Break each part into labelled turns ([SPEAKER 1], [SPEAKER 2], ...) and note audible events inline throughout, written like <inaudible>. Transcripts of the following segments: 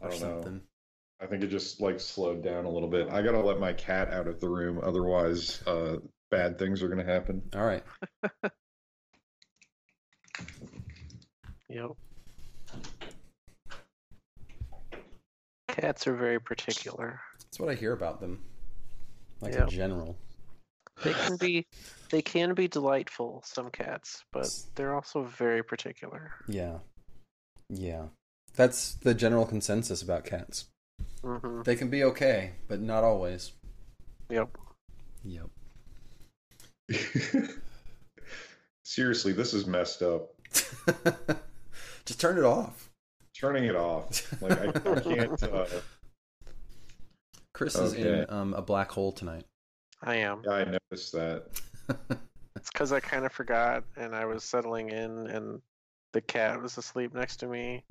[SPEAKER 1] or
[SPEAKER 2] don't know.
[SPEAKER 1] something.
[SPEAKER 2] I think it just like slowed down a little bit. I gotta let my cat out of the room, otherwise, uh, bad things are gonna happen. <laughs>
[SPEAKER 1] All right.
[SPEAKER 3] Yep. Cats are very particular.
[SPEAKER 1] That's what I hear about them. Like
[SPEAKER 3] Yeah.
[SPEAKER 1] in general.
[SPEAKER 3] They can be they can be delightful, some cats, but
[SPEAKER 1] S-
[SPEAKER 3] they're also very particular.
[SPEAKER 1] Yeah. Yeah. That's the general consensus about cats.
[SPEAKER 3] hmm
[SPEAKER 1] They can be okay, but not always.
[SPEAKER 3] Yep.
[SPEAKER 1] Yep. <laughs>
[SPEAKER 2] Seriously, this is messed up.
[SPEAKER 1] Just turn it off.
[SPEAKER 2] Turning it off. Like I, I
[SPEAKER 1] <laughs>
[SPEAKER 2] can't. Uh,
[SPEAKER 1] Chris is
[SPEAKER 2] Okay.
[SPEAKER 1] in um, a black hole <laughs> tonight.
[SPEAKER 3] I am.
[SPEAKER 2] I noticed that.
[SPEAKER 3] It's because I kind of forgot and I was settling in and the cat was asleep next to me.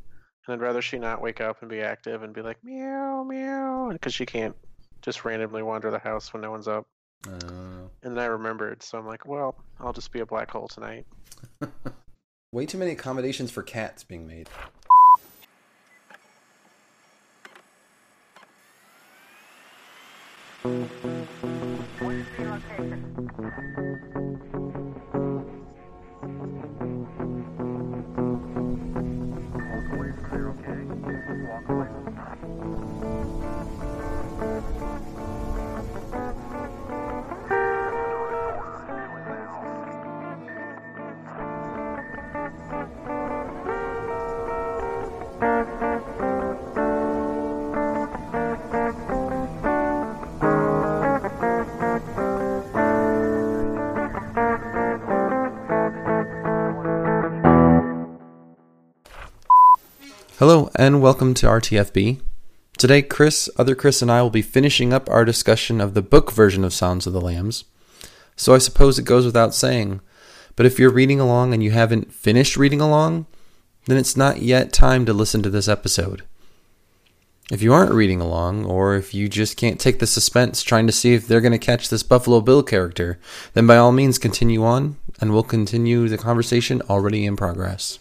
[SPEAKER 3] And I'd rather she not wake up and be active and be like, meow, meow. Because she can't just randomly wander the house when no one's up.
[SPEAKER 1] Uh,
[SPEAKER 3] And then I remembered. So I'm like, well, I'll just be a black hole tonight.
[SPEAKER 1] way too many accommodations for cats being made. Hello, and welcome to RTFB. Today, Chris, other Chris, and I will be finishing up our discussion of the book version of Sounds of the Lambs. So I suppose it goes without saying, but if you're reading along and you haven't finished reading along, then it's not yet time to listen to this episode. If you aren't reading along, or if you just can't take the suspense trying to see if they're going to catch this Buffalo Bill character, then by all means continue on, and we'll continue the conversation already in progress.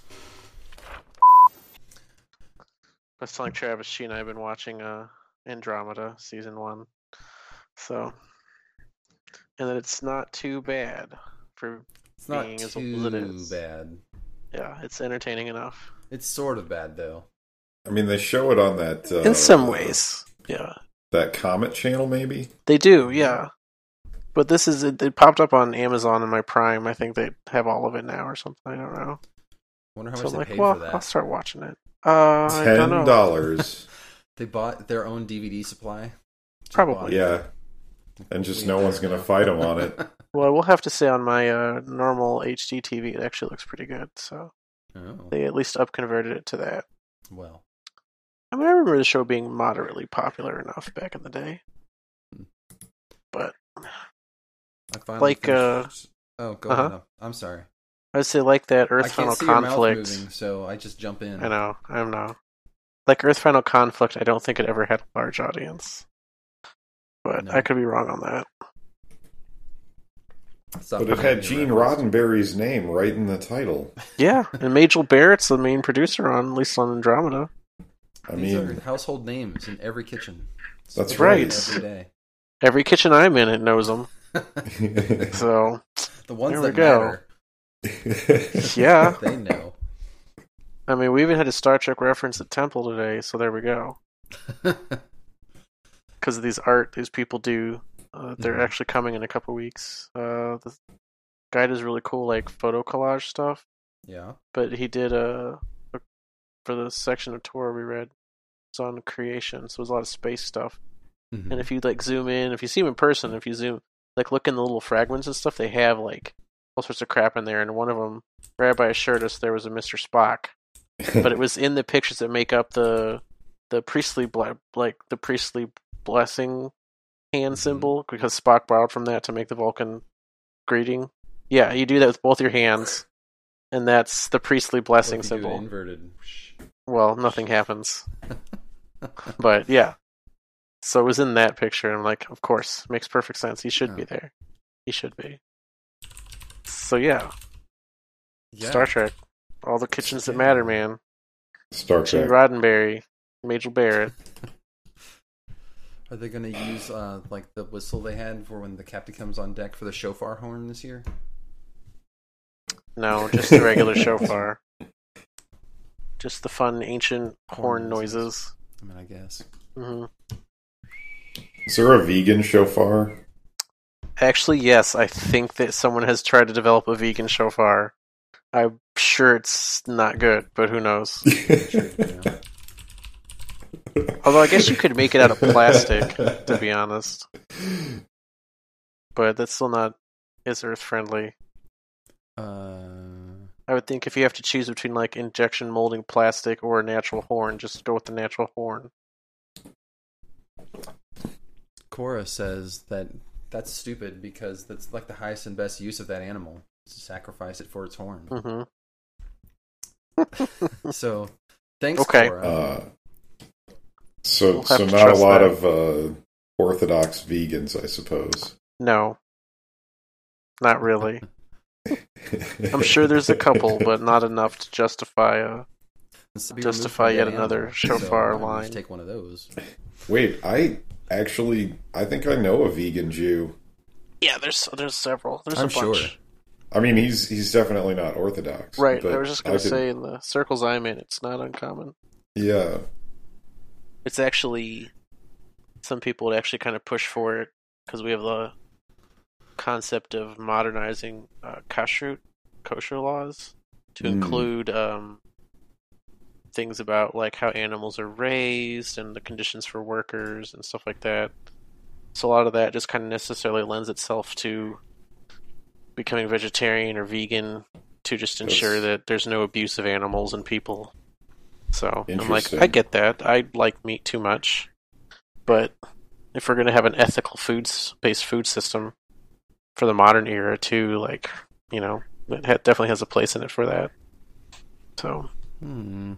[SPEAKER 3] I was telling Travis, she and I have been watching uh, Andromeda season one. So, and that it's not too bad for,
[SPEAKER 1] It's
[SPEAKER 3] not Being as old as it too is.
[SPEAKER 1] bad.
[SPEAKER 3] yeah, it's entertaining enough.
[SPEAKER 1] It's sort of bad though.
[SPEAKER 2] I mean, they show it on that. Uh,
[SPEAKER 3] In some ways, yeah.
[SPEAKER 2] that Comet channel, maybe.
[SPEAKER 3] They do, yeah. But this is, it, it popped up on Amazon and my Prime. I think they have all of it now or something. I don't know.
[SPEAKER 1] Wonder how
[SPEAKER 3] So
[SPEAKER 1] much
[SPEAKER 3] I'm
[SPEAKER 1] they
[SPEAKER 3] like,
[SPEAKER 1] paid for
[SPEAKER 3] well,
[SPEAKER 1] that.
[SPEAKER 3] I'll start watching it. Uh, I don't
[SPEAKER 2] Ten
[SPEAKER 3] know.
[SPEAKER 2] dollars.
[SPEAKER 3] <laughs>
[SPEAKER 1] They bought their own DVD supply. Just
[SPEAKER 3] Probably.
[SPEAKER 1] bought it.
[SPEAKER 2] yeah, and just no one's gonna fight them on it.
[SPEAKER 3] Well, I will have to say on my uh, normal HD TV, it actually looks pretty good. So
[SPEAKER 1] Oh,
[SPEAKER 3] they at least upconverted it to that.
[SPEAKER 1] well,
[SPEAKER 3] I mean, I remember the show being moderately popular enough back in the day.
[SPEAKER 1] Hmm.
[SPEAKER 3] But
[SPEAKER 1] I finally
[SPEAKER 3] Like,
[SPEAKER 1] finished- Oh, go
[SPEAKER 3] uh-huh.
[SPEAKER 1] ahead. No, I'm sorry.
[SPEAKER 3] I'd say like that
[SPEAKER 1] I
[SPEAKER 3] Earth
[SPEAKER 1] can't
[SPEAKER 3] Final
[SPEAKER 1] see your mouth
[SPEAKER 3] Conflict.
[SPEAKER 1] moving, so I just jump in.
[SPEAKER 3] I know, I know. Like Earth Final Conflict, I don't think it ever had a large audience. But
[SPEAKER 1] No.
[SPEAKER 3] I could be wrong on that.
[SPEAKER 1] Stop
[SPEAKER 2] But it
[SPEAKER 1] making
[SPEAKER 2] had
[SPEAKER 1] me
[SPEAKER 2] Gene
[SPEAKER 1] reference.
[SPEAKER 2] Roddenberry's name right in the title.
[SPEAKER 3] Yeah, and Majel Barrett's the main producer on, at least on Andromeda.
[SPEAKER 2] I
[SPEAKER 1] These
[SPEAKER 2] mean,
[SPEAKER 1] are household names in every kitchen.
[SPEAKER 2] That's
[SPEAKER 1] Every-
[SPEAKER 3] right.
[SPEAKER 1] Every day.
[SPEAKER 3] Every kitchen I'm in, it knows him.
[SPEAKER 2] <laughs>
[SPEAKER 3] So
[SPEAKER 1] The ones
[SPEAKER 3] There we
[SPEAKER 1] that
[SPEAKER 3] go.
[SPEAKER 1] matter,
[SPEAKER 3] yeah,
[SPEAKER 1] they know. <laughs>
[SPEAKER 3] I mean, we even had a Star Trek reference at Temple today. So there we go. because of these art these people do. Uh, they're
[SPEAKER 1] Mhm.
[SPEAKER 3] actually coming in a couple weeks. Uh, the guy does really cool like photo collage stuff,
[SPEAKER 1] yeah.
[SPEAKER 3] but he did a, a for the section of tour we read. It's on creation, so it was a lot of space stuff.
[SPEAKER 1] Mhm.
[SPEAKER 3] And if you like zoom in, if you see him in person, if you zoom like look in the little fragments and stuff, they have like all sorts of crap in there. And one of them, Rabbi assured us there was a Mister Spock, <laughs> but it was in the pictures that make up the the priestly ble- like the priestly blessing hand
[SPEAKER 1] Mhm.
[SPEAKER 3] symbol because Spock borrowed from that to make the Vulcan greeting. Yeah, you do that with both your hands, and that's the priestly
[SPEAKER 1] What
[SPEAKER 3] blessing
[SPEAKER 1] if you do it
[SPEAKER 3] symbol.
[SPEAKER 1] Inverted.
[SPEAKER 3] Well, nothing
[SPEAKER 1] <laughs>
[SPEAKER 3] happens, but yeah. So it was in that picture, and I'm like, of course, makes perfect sense. He should be
[SPEAKER 1] Yeah.
[SPEAKER 3] there. He should be. So yeah,
[SPEAKER 1] Yeah.
[SPEAKER 3] Star Trek, all the kitchens that
[SPEAKER 1] Yeah.
[SPEAKER 3] matter, man.
[SPEAKER 2] Star
[SPEAKER 3] Gene
[SPEAKER 2] Trek.
[SPEAKER 3] Roddenberry, Major Barrett.
[SPEAKER 1] Are they going to use uh, like the whistle they had for when the captain comes on deck for the shofar horn this year?
[SPEAKER 3] No, just the regular shofar. Just the fun ancient horn
[SPEAKER 1] Horn
[SPEAKER 3] noises.
[SPEAKER 1] noises. I mean, I guess.
[SPEAKER 3] hmm
[SPEAKER 2] Is there a vegan shofar?
[SPEAKER 3] Actually, yes, I think that someone has tried to develop a vegan shofar. I'm sure it's not good, but who knows? Although I guess you could make it out of plastic, to be honest. But that's still not as earth friendly.
[SPEAKER 1] Uh,
[SPEAKER 3] I would think if you have to choose between like injection molding plastic or a natural horn, just go with the natural horn.
[SPEAKER 1] Cora says that that's stupid because that's like the highest and best use of that animal. is to Sacrifice it for its horn.
[SPEAKER 3] hmm
[SPEAKER 1] so, thanks,
[SPEAKER 3] Okay.
[SPEAKER 1] Cora.
[SPEAKER 4] Uh, so,
[SPEAKER 3] We'll have
[SPEAKER 4] so
[SPEAKER 3] to
[SPEAKER 4] not a
[SPEAKER 3] trust
[SPEAKER 4] lot of
[SPEAKER 3] that.
[SPEAKER 4] uh, Orthodox vegans, I suppose.
[SPEAKER 3] No, not really. I'm sure there's a couple, but not enough to justify uh, a
[SPEAKER 1] It's to be
[SPEAKER 3] justify
[SPEAKER 1] removed from
[SPEAKER 3] yet
[SPEAKER 1] that
[SPEAKER 3] another
[SPEAKER 1] animal,
[SPEAKER 3] shofar
[SPEAKER 1] so I'm gonna just
[SPEAKER 3] line.
[SPEAKER 1] Take one of those.
[SPEAKER 4] <laughs> Wait, I actually, I think I know a vegan Jew.
[SPEAKER 3] yeah. There's there's several. There's
[SPEAKER 1] I'm
[SPEAKER 3] a bunch.
[SPEAKER 1] sure.
[SPEAKER 4] I mean, he's he's definitely not Orthodox,
[SPEAKER 3] Right.
[SPEAKER 4] but
[SPEAKER 3] I was just gonna
[SPEAKER 4] could-
[SPEAKER 3] say in the circles I'm in, it's not uncommon.
[SPEAKER 4] yeah,
[SPEAKER 3] It's actually some people would actually kind of push for it because we have the concept of modernizing uh, kashrut kosher laws to
[SPEAKER 4] Mm.
[SPEAKER 3] include um, things about like how animals are raised and the conditions for workers and stuff like that. So a lot of that just kind of necessarily lends itself to becoming vegetarian or vegan to just ensure
[SPEAKER 4] Yes.
[SPEAKER 3] that there's no abuse of animals and people. So I'm like,
[SPEAKER 4] Interesting.
[SPEAKER 3] I get that. I like meat too much, but if we're gonna have an ethical foods based food system for the modern era too, like you know, it ha- definitely has a place in it for that. So
[SPEAKER 1] Hmm.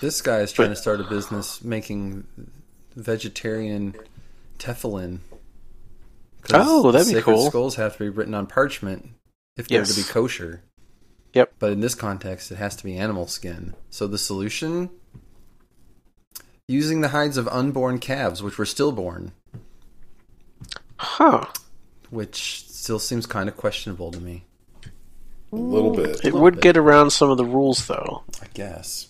[SPEAKER 1] This guy is trying
[SPEAKER 3] But-
[SPEAKER 1] to start a business making vegetarian tefillin. 'Cause
[SPEAKER 3] Oh, that'd be
[SPEAKER 1] sacred
[SPEAKER 3] cool.
[SPEAKER 1] Skulls have to be written on parchment if they're to be
[SPEAKER 3] Yes.
[SPEAKER 1] kosher.
[SPEAKER 3] Yep.
[SPEAKER 1] But in this context, it has to be animal skin. So the solution: using the hides of unborn calves, which were stillborn,
[SPEAKER 3] huh.
[SPEAKER 1] which still seems kind of questionable to me.
[SPEAKER 4] a little bit.
[SPEAKER 3] It
[SPEAKER 1] little
[SPEAKER 3] would
[SPEAKER 1] bit.
[SPEAKER 3] get around some of the rules though.
[SPEAKER 1] I guess.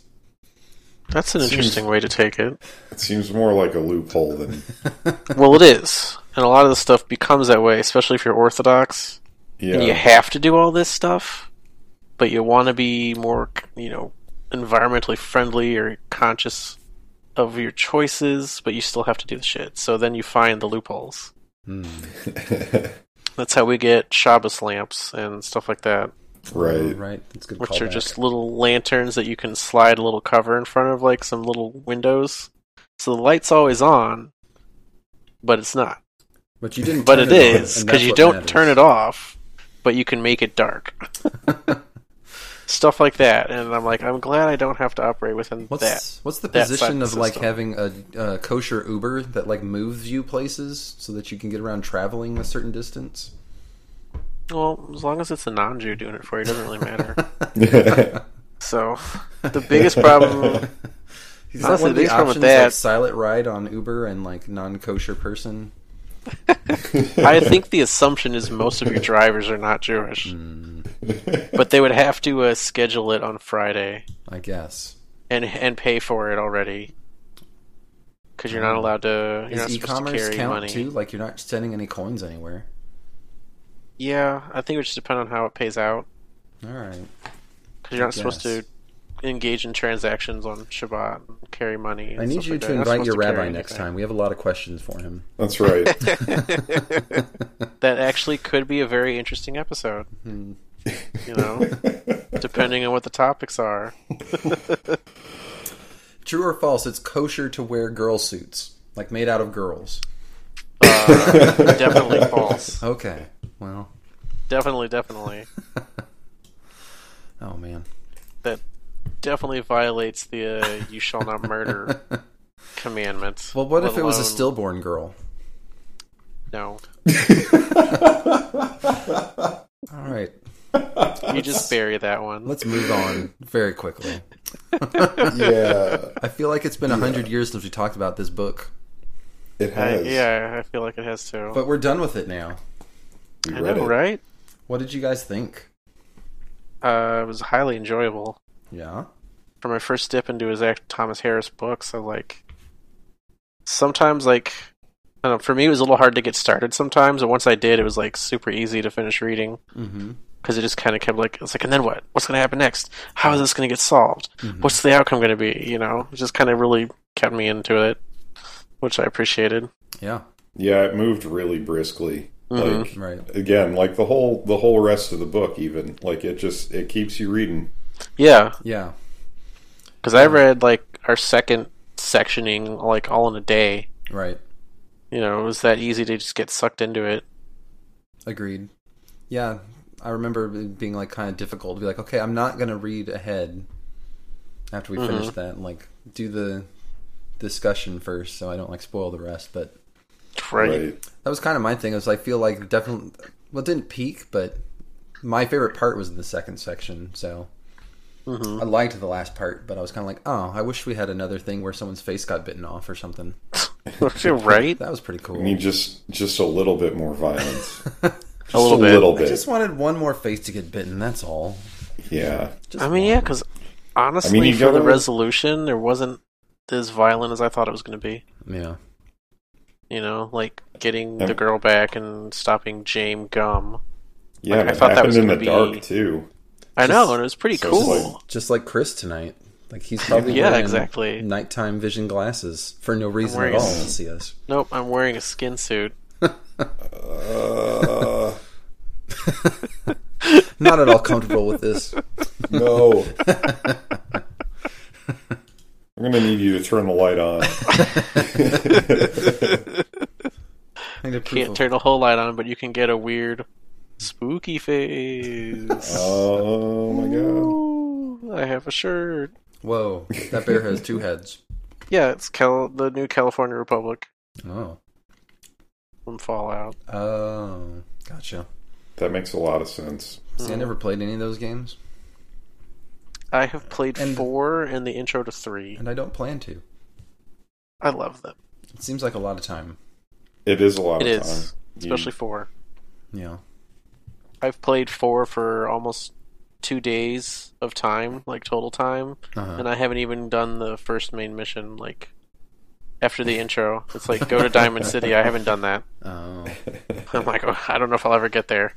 [SPEAKER 3] That's an
[SPEAKER 4] Seems-
[SPEAKER 3] interesting way to take it.
[SPEAKER 4] It seems more like a loophole than
[SPEAKER 3] Well it is. And a lot of the stuff becomes that way, especially if you're orthodox. and you
[SPEAKER 4] yeah.
[SPEAKER 3] have to do all this stuff, but you want to be more, you know, environmentally friendly or conscious of your choices, but you still have to do the shit. So then you find the loopholes.
[SPEAKER 1] Hmm.
[SPEAKER 3] That's how we get Shabbos lamps and stuff like that,
[SPEAKER 4] <laughs> right.
[SPEAKER 1] Right. That's a good.
[SPEAKER 3] which are
[SPEAKER 1] callback.
[SPEAKER 3] just little lanterns that you can slide a little cover in front of, like some little windows. So the light's always on, but it's not.
[SPEAKER 1] But you didn't.
[SPEAKER 3] But
[SPEAKER 1] turn
[SPEAKER 3] it is
[SPEAKER 1] on, and
[SPEAKER 3] because
[SPEAKER 1] that's
[SPEAKER 3] you
[SPEAKER 1] what
[SPEAKER 3] don't
[SPEAKER 1] matters.
[SPEAKER 3] turn it off, but you can make
[SPEAKER 1] <laughs>
[SPEAKER 3] it dark. Stuff like that, and I'm like, I'm glad I don't have to operate within
[SPEAKER 1] What's
[SPEAKER 3] that.
[SPEAKER 1] what's the
[SPEAKER 3] that
[SPEAKER 1] position
[SPEAKER 3] side
[SPEAKER 1] of like
[SPEAKER 3] system.
[SPEAKER 1] having a, uh kosher Uber that like moves you places so that you can get around traveling a certain distance?
[SPEAKER 3] Well, as long as it's a non-Jew doing it for you, it doesn't
[SPEAKER 1] <laughs>
[SPEAKER 3] really matter.
[SPEAKER 4] Yeah.
[SPEAKER 3] so, the biggest problem,
[SPEAKER 1] Is
[SPEAKER 3] Honestly,
[SPEAKER 1] one of
[SPEAKER 3] the biggest problem with
[SPEAKER 1] options,
[SPEAKER 3] that-
[SPEAKER 1] like silent ride on Uber and like non-kosher person?
[SPEAKER 3] I think, the assumption is most of your drivers are not Jewish,
[SPEAKER 1] Hmm.
[SPEAKER 3] but they would have to uh, schedule it on Friday
[SPEAKER 1] I guess.
[SPEAKER 3] and and pay for it already because you're not allowed to. You're
[SPEAKER 1] Hmm. Is
[SPEAKER 3] not supposed to
[SPEAKER 1] e-commerce
[SPEAKER 3] carry
[SPEAKER 1] count
[SPEAKER 3] money.
[SPEAKER 1] too? Like you're not sending any coins anywhere.
[SPEAKER 3] Yeah, I think it would just depend on how it pays out.
[SPEAKER 1] All right.
[SPEAKER 3] Because you're not supposed to
[SPEAKER 1] guess.
[SPEAKER 3] engage in transactions on Shabbat, and carry money. and
[SPEAKER 1] I need
[SPEAKER 3] stuff
[SPEAKER 1] you
[SPEAKER 3] like that.
[SPEAKER 1] to
[SPEAKER 3] You're not
[SPEAKER 1] invite your
[SPEAKER 3] supposed to carry
[SPEAKER 1] rabbi next
[SPEAKER 3] anything.
[SPEAKER 1] time. We have a lot of questions for
[SPEAKER 3] <laughs>
[SPEAKER 1] him.
[SPEAKER 4] <laughs>
[SPEAKER 1] <laughs>
[SPEAKER 4] That's right.
[SPEAKER 3] That actually could be a very interesting episode. You know, depending on what the
[SPEAKER 1] <laughs>
[SPEAKER 3] topics are.
[SPEAKER 1] True or false? It's kosher to wear girl suits, like made out of girls.
[SPEAKER 3] Uh, definitely false.
[SPEAKER 1] Okay. Well.
[SPEAKER 3] Definitely, definitely.
[SPEAKER 1] Oh man.
[SPEAKER 3] That definitely violates the uh, "you shall not
[SPEAKER 1] <laughs>
[SPEAKER 3] murder" commandments.
[SPEAKER 1] Well, what
[SPEAKER 3] let
[SPEAKER 1] if it was a
[SPEAKER 3] alone-
[SPEAKER 1] stillborn girl?
[SPEAKER 3] No,
[SPEAKER 1] All right,
[SPEAKER 3] you just bury that one.
[SPEAKER 1] <laughs> let's move on very quickly.
[SPEAKER 4] <laughs> yeah,
[SPEAKER 1] I feel like it's been a hundred years since we talked about this book,
[SPEAKER 4] it
[SPEAKER 3] I,
[SPEAKER 4] has.
[SPEAKER 3] yeah, I feel like it has too.
[SPEAKER 1] but we're done with it now.
[SPEAKER 4] we
[SPEAKER 3] I
[SPEAKER 4] read
[SPEAKER 3] know,
[SPEAKER 4] it.
[SPEAKER 3] right?
[SPEAKER 1] What did you guys think?
[SPEAKER 3] Uh, it was highly enjoyable.
[SPEAKER 1] Yeah,
[SPEAKER 3] For my first dip into his act Thomas Harris books, I like sometimes like I don't know, for me it was a little hard to get started sometimes, and once I did, it was like super easy to finish reading.
[SPEAKER 1] mm-hmm.
[SPEAKER 3] because it just kind of kept like it's like and then what what's going to happen next how is this going to get solved what's the outcome going to be you know it just kind of really kept me into it which i appreciated
[SPEAKER 1] yeah,
[SPEAKER 4] Yeah, it moved really briskly.
[SPEAKER 3] Mhm.
[SPEAKER 4] Like
[SPEAKER 1] right.
[SPEAKER 4] again, like the whole the whole rest of the book, even like it just it keeps you reading.
[SPEAKER 3] yeah
[SPEAKER 1] Yeah,
[SPEAKER 3] because i read like our second sectioning like all in a day
[SPEAKER 1] right.
[SPEAKER 3] you know it was that easy to just get sucked into it
[SPEAKER 1] Agreed. Yeah, I remember it being like kind of difficult to be like, okay, I'm not gonna read ahead after we finish
[SPEAKER 3] Mm-hmm.
[SPEAKER 1] that. And, like, do the discussion first, so I don't like spoil the rest. But
[SPEAKER 3] right,
[SPEAKER 1] that was kind of my thing. Is I feel like definitely, well, it didn't peak, but my favorite part was the second section. So
[SPEAKER 3] Mm-hmm.
[SPEAKER 1] I liked the last part, but I was kind of like, oh, I wish we had another thing where someone's face got bitten off or something.
[SPEAKER 3] <laughs> right
[SPEAKER 1] That was pretty cool.
[SPEAKER 4] I mean, just just a little bit more
[SPEAKER 3] <laughs>
[SPEAKER 4] violence. just
[SPEAKER 3] little bit.
[SPEAKER 1] I just wanted one more face to get bitten. That's all.
[SPEAKER 4] yeah.
[SPEAKER 1] Just
[SPEAKER 3] i mean yeah because honestly
[SPEAKER 4] you
[SPEAKER 3] for the
[SPEAKER 4] gotta-
[SPEAKER 3] resolution there wasn't as violent as i thought it was going to be
[SPEAKER 1] yeah,
[SPEAKER 3] you know like getting
[SPEAKER 4] Yeah.
[SPEAKER 3] the girl back and stopping james gum
[SPEAKER 4] Yeah,
[SPEAKER 3] Like,
[SPEAKER 4] and
[SPEAKER 3] I
[SPEAKER 4] it
[SPEAKER 3] thought that
[SPEAKER 4] happened
[SPEAKER 3] was
[SPEAKER 4] in the
[SPEAKER 3] gonna be-
[SPEAKER 4] dark too.
[SPEAKER 3] i
[SPEAKER 1] Just-
[SPEAKER 3] know and it was pretty
[SPEAKER 4] so it's
[SPEAKER 3] cool
[SPEAKER 4] like-
[SPEAKER 1] just like Chris tonight. Like <laughs> he's probably
[SPEAKER 3] Yeah,
[SPEAKER 1] wearing
[SPEAKER 3] exactly.
[SPEAKER 1] nighttime vision glasses for no reason at
[SPEAKER 3] wearing
[SPEAKER 1] all
[SPEAKER 3] s-
[SPEAKER 1] to see us.
[SPEAKER 3] Nope, I'm wearing a skin suit.
[SPEAKER 4] Uh,
[SPEAKER 1] Not at all comfortable with <laughs> this.
[SPEAKER 3] <laughs>
[SPEAKER 4] no. I'm gonna need you to turn the light on.
[SPEAKER 1] I need a proof
[SPEAKER 3] Can't
[SPEAKER 1] of-
[SPEAKER 3] turn the whole light on, but you can get a weird spooky face.
[SPEAKER 4] Oh my god.
[SPEAKER 3] Ooh, I have a shirt.
[SPEAKER 1] Whoa, that bear has two heads.
[SPEAKER 3] Yeah, it's Cal- the new California Republic
[SPEAKER 1] <laughs> Oh,
[SPEAKER 3] from Fallout.
[SPEAKER 1] oh, gotcha.
[SPEAKER 4] That makes a lot of sense.
[SPEAKER 1] See, I
[SPEAKER 3] Hmm.
[SPEAKER 1] never played any of those games,
[SPEAKER 3] I have played
[SPEAKER 1] And-
[SPEAKER 3] four and the intro to three.
[SPEAKER 1] and I don't plan to.
[SPEAKER 3] I love them.
[SPEAKER 1] It seems like a lot of time.
[SPEAKER 4] It is a lot
[SPEAKER 3] It
[SPEAKER 4] of
[SPEAKER 3] is,
[SPEAKER 4] time. You-
[SPEAKER 3] especially four.
[SPEAKER 1] Yeah,
[SPEAKER 3] I've played four for almost two days of time, like total time,
[SPEAKER 1] Uh-huh.
[SPEAKER 3] and I haven't even done the first main mission. Like after the intro, it's like go to Diamond City. I haven't done that.
[SPEAKER 1] Oh, <laughs>
[SPEAKER 3] I'm like, oh, I don't know if I'll ever get there.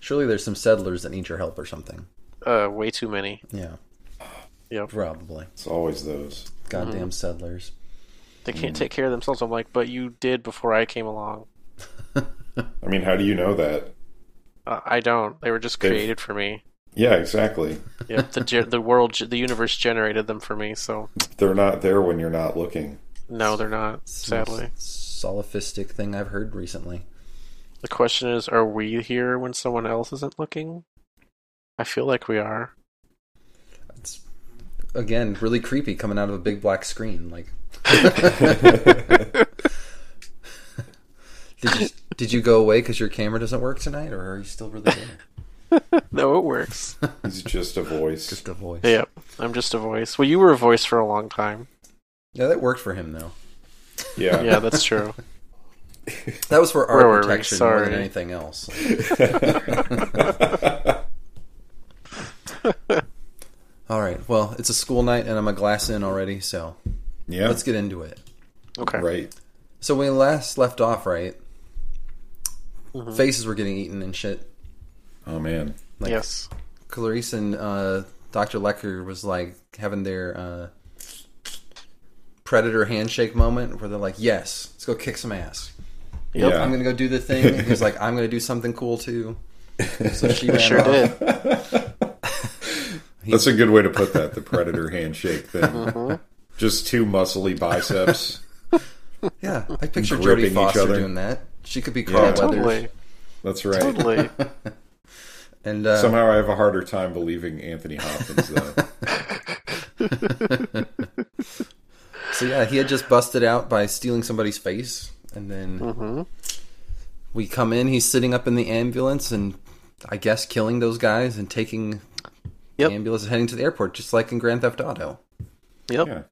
[SPEAKER 1] surely there's some settlers that need your help or something.
[SPEAKER 3] Uh, way too many.
[SPEAKER 1] Yeah,
[SPEAKER 3] Yep.
[SPEAKER 1] probably.
[SPEAKER 4] it's always those.
[SPEAKER 1] Goddamn
[SPEAKER 3] Hmm.
[SPEAKER 1] settlers.
[SPEAKER 3] They can't take care of themselves. I'm like, but you did before I came along.
[SPEAKER 4] I mean, how do you know that?
[SPEAKER 3] Uh, I don't. They were just
[SPEAKER 4] They've-
[SPEAKER 3] created for me.
[SPEAKER 4] Yeah, exactly.
[SPEAKER 3] Yep. The ge- the world, ge- the universe generated them for me. So
[SPEAKER 4] They're not there when you're not
[SPEAKER 3] <laughs>
[SPEAKER 4] looking.
[SPEAKER 3] no, they're not. Sadly,
[SPEAKER 1] solipsistic thing I've heard recently.
[SPEAKER 3] the question is, are we here when someone else isn't looking? I feel like we are.
[SPEAKER 1] It's again really creepy coming out of a big black screen. Like, did you did you go away because your camera doesn't work tonight, or are you still really there?
[SPEAKER 3] No, it works.
[SPEAKER 4] He's just a voice.
[SPEAKER 1] <laughs> Just a voice.
[SPEAKER 3] yep. I'm just a voice. Well, you were a voice for a long time.
[SPEAKER 1] Yeah, that worked for him though.
[SPEAKER 4] yeah.
[SPEAKER 3] Yeah,
[SPEAKER 1] <laughs>
[SPEAKER 3] that's true.
[SPEAKER 1] That was for
[SPEAKER 3] Where were
[SPEAKER 1] our
[SPEAKER 3] we?
[SPEAKER 1] protection more
[SPEAKER 3] Sorry.
[SPEAKER 1] than anything else. All right. Well, it's a school night, and I'm a glass in already, so
[SPEAKER 4] <laughs> Yeah.
[SPEAKER 1] let's get into it.
[SPEAKER 3] Okay.
[SPEAKER 4] right.
[SPEAKER 1] So when we last left off, right?
[SPEAKER 3] Mm-hmm.
[SPEAKER 1] Faces were getting eaten and shit.
[SPEAKER 4] Oh man.
[SPEAKER 1] Like,
[SPEAKER 3] yes.
[SPEAKER 1] Clarice and uh, Dr. Lecker was like having their uh, predator handshake moment where they're like, yes, let's go kick some ass.
[SPEAKER 3] Yep.
[SPEAKER 4] Yeah.
[SPEAKER 1] I'm going to go do the thing. And he's
[SPEAKER 4] <laughs>
[SPEAKER 1] like, I'm going to do something cool too. So
[SPEAKER 3] <laughs>
[SPEAKER 1] she ran
[SPEAKER 3] Sure
[SPEAKER 1] off.
[SPEAKER 3] did.
[SPEAKER 4] That's a good way to put that. The predator handshake thing.
[SPEAKER 3] Uh-huh.
[SPEAKER 4] Just two muscly biceps.
[SPEAKER 1] Yeah, I picture
[SPEAKER 4] Gripping
[SPEAKER 1] Jodie
[SPEAKER 4] each
[SPEAKER 1] Foster
[SPEAKER 4] other.
[SPEAKER 1] doing that. She could be Carl
[SPEAKER 4] Yeah,
[SPEAKER 1] Weathers.
[SPEAKER 3] Totally.
[SPEAKER 4] That's right.
[SPEAKER 1] <laughs>
[SPEAKER 3] Totally.
[SPEAKER 1] And uh,
[SPEAKER 4] Somehow I have a harder time believing Anthony Hopkins though.
[SPEAKER 1] so yeah, he had just busted out by stealing somebody's face, and then
[SPEAKER 3] Mm-hmm.
[SPEAKER 1] we come in. He's sitting up in the ambulance, and I guess killing those guys and taking
[SPEAKER 3] Yep.
[SPEAKER 1] The ambulance is heading to the airport, just like in Grand Theft Auto.
[SPEAKER 3] <laughs> Yep.
[SPEAKER 4] Yeah.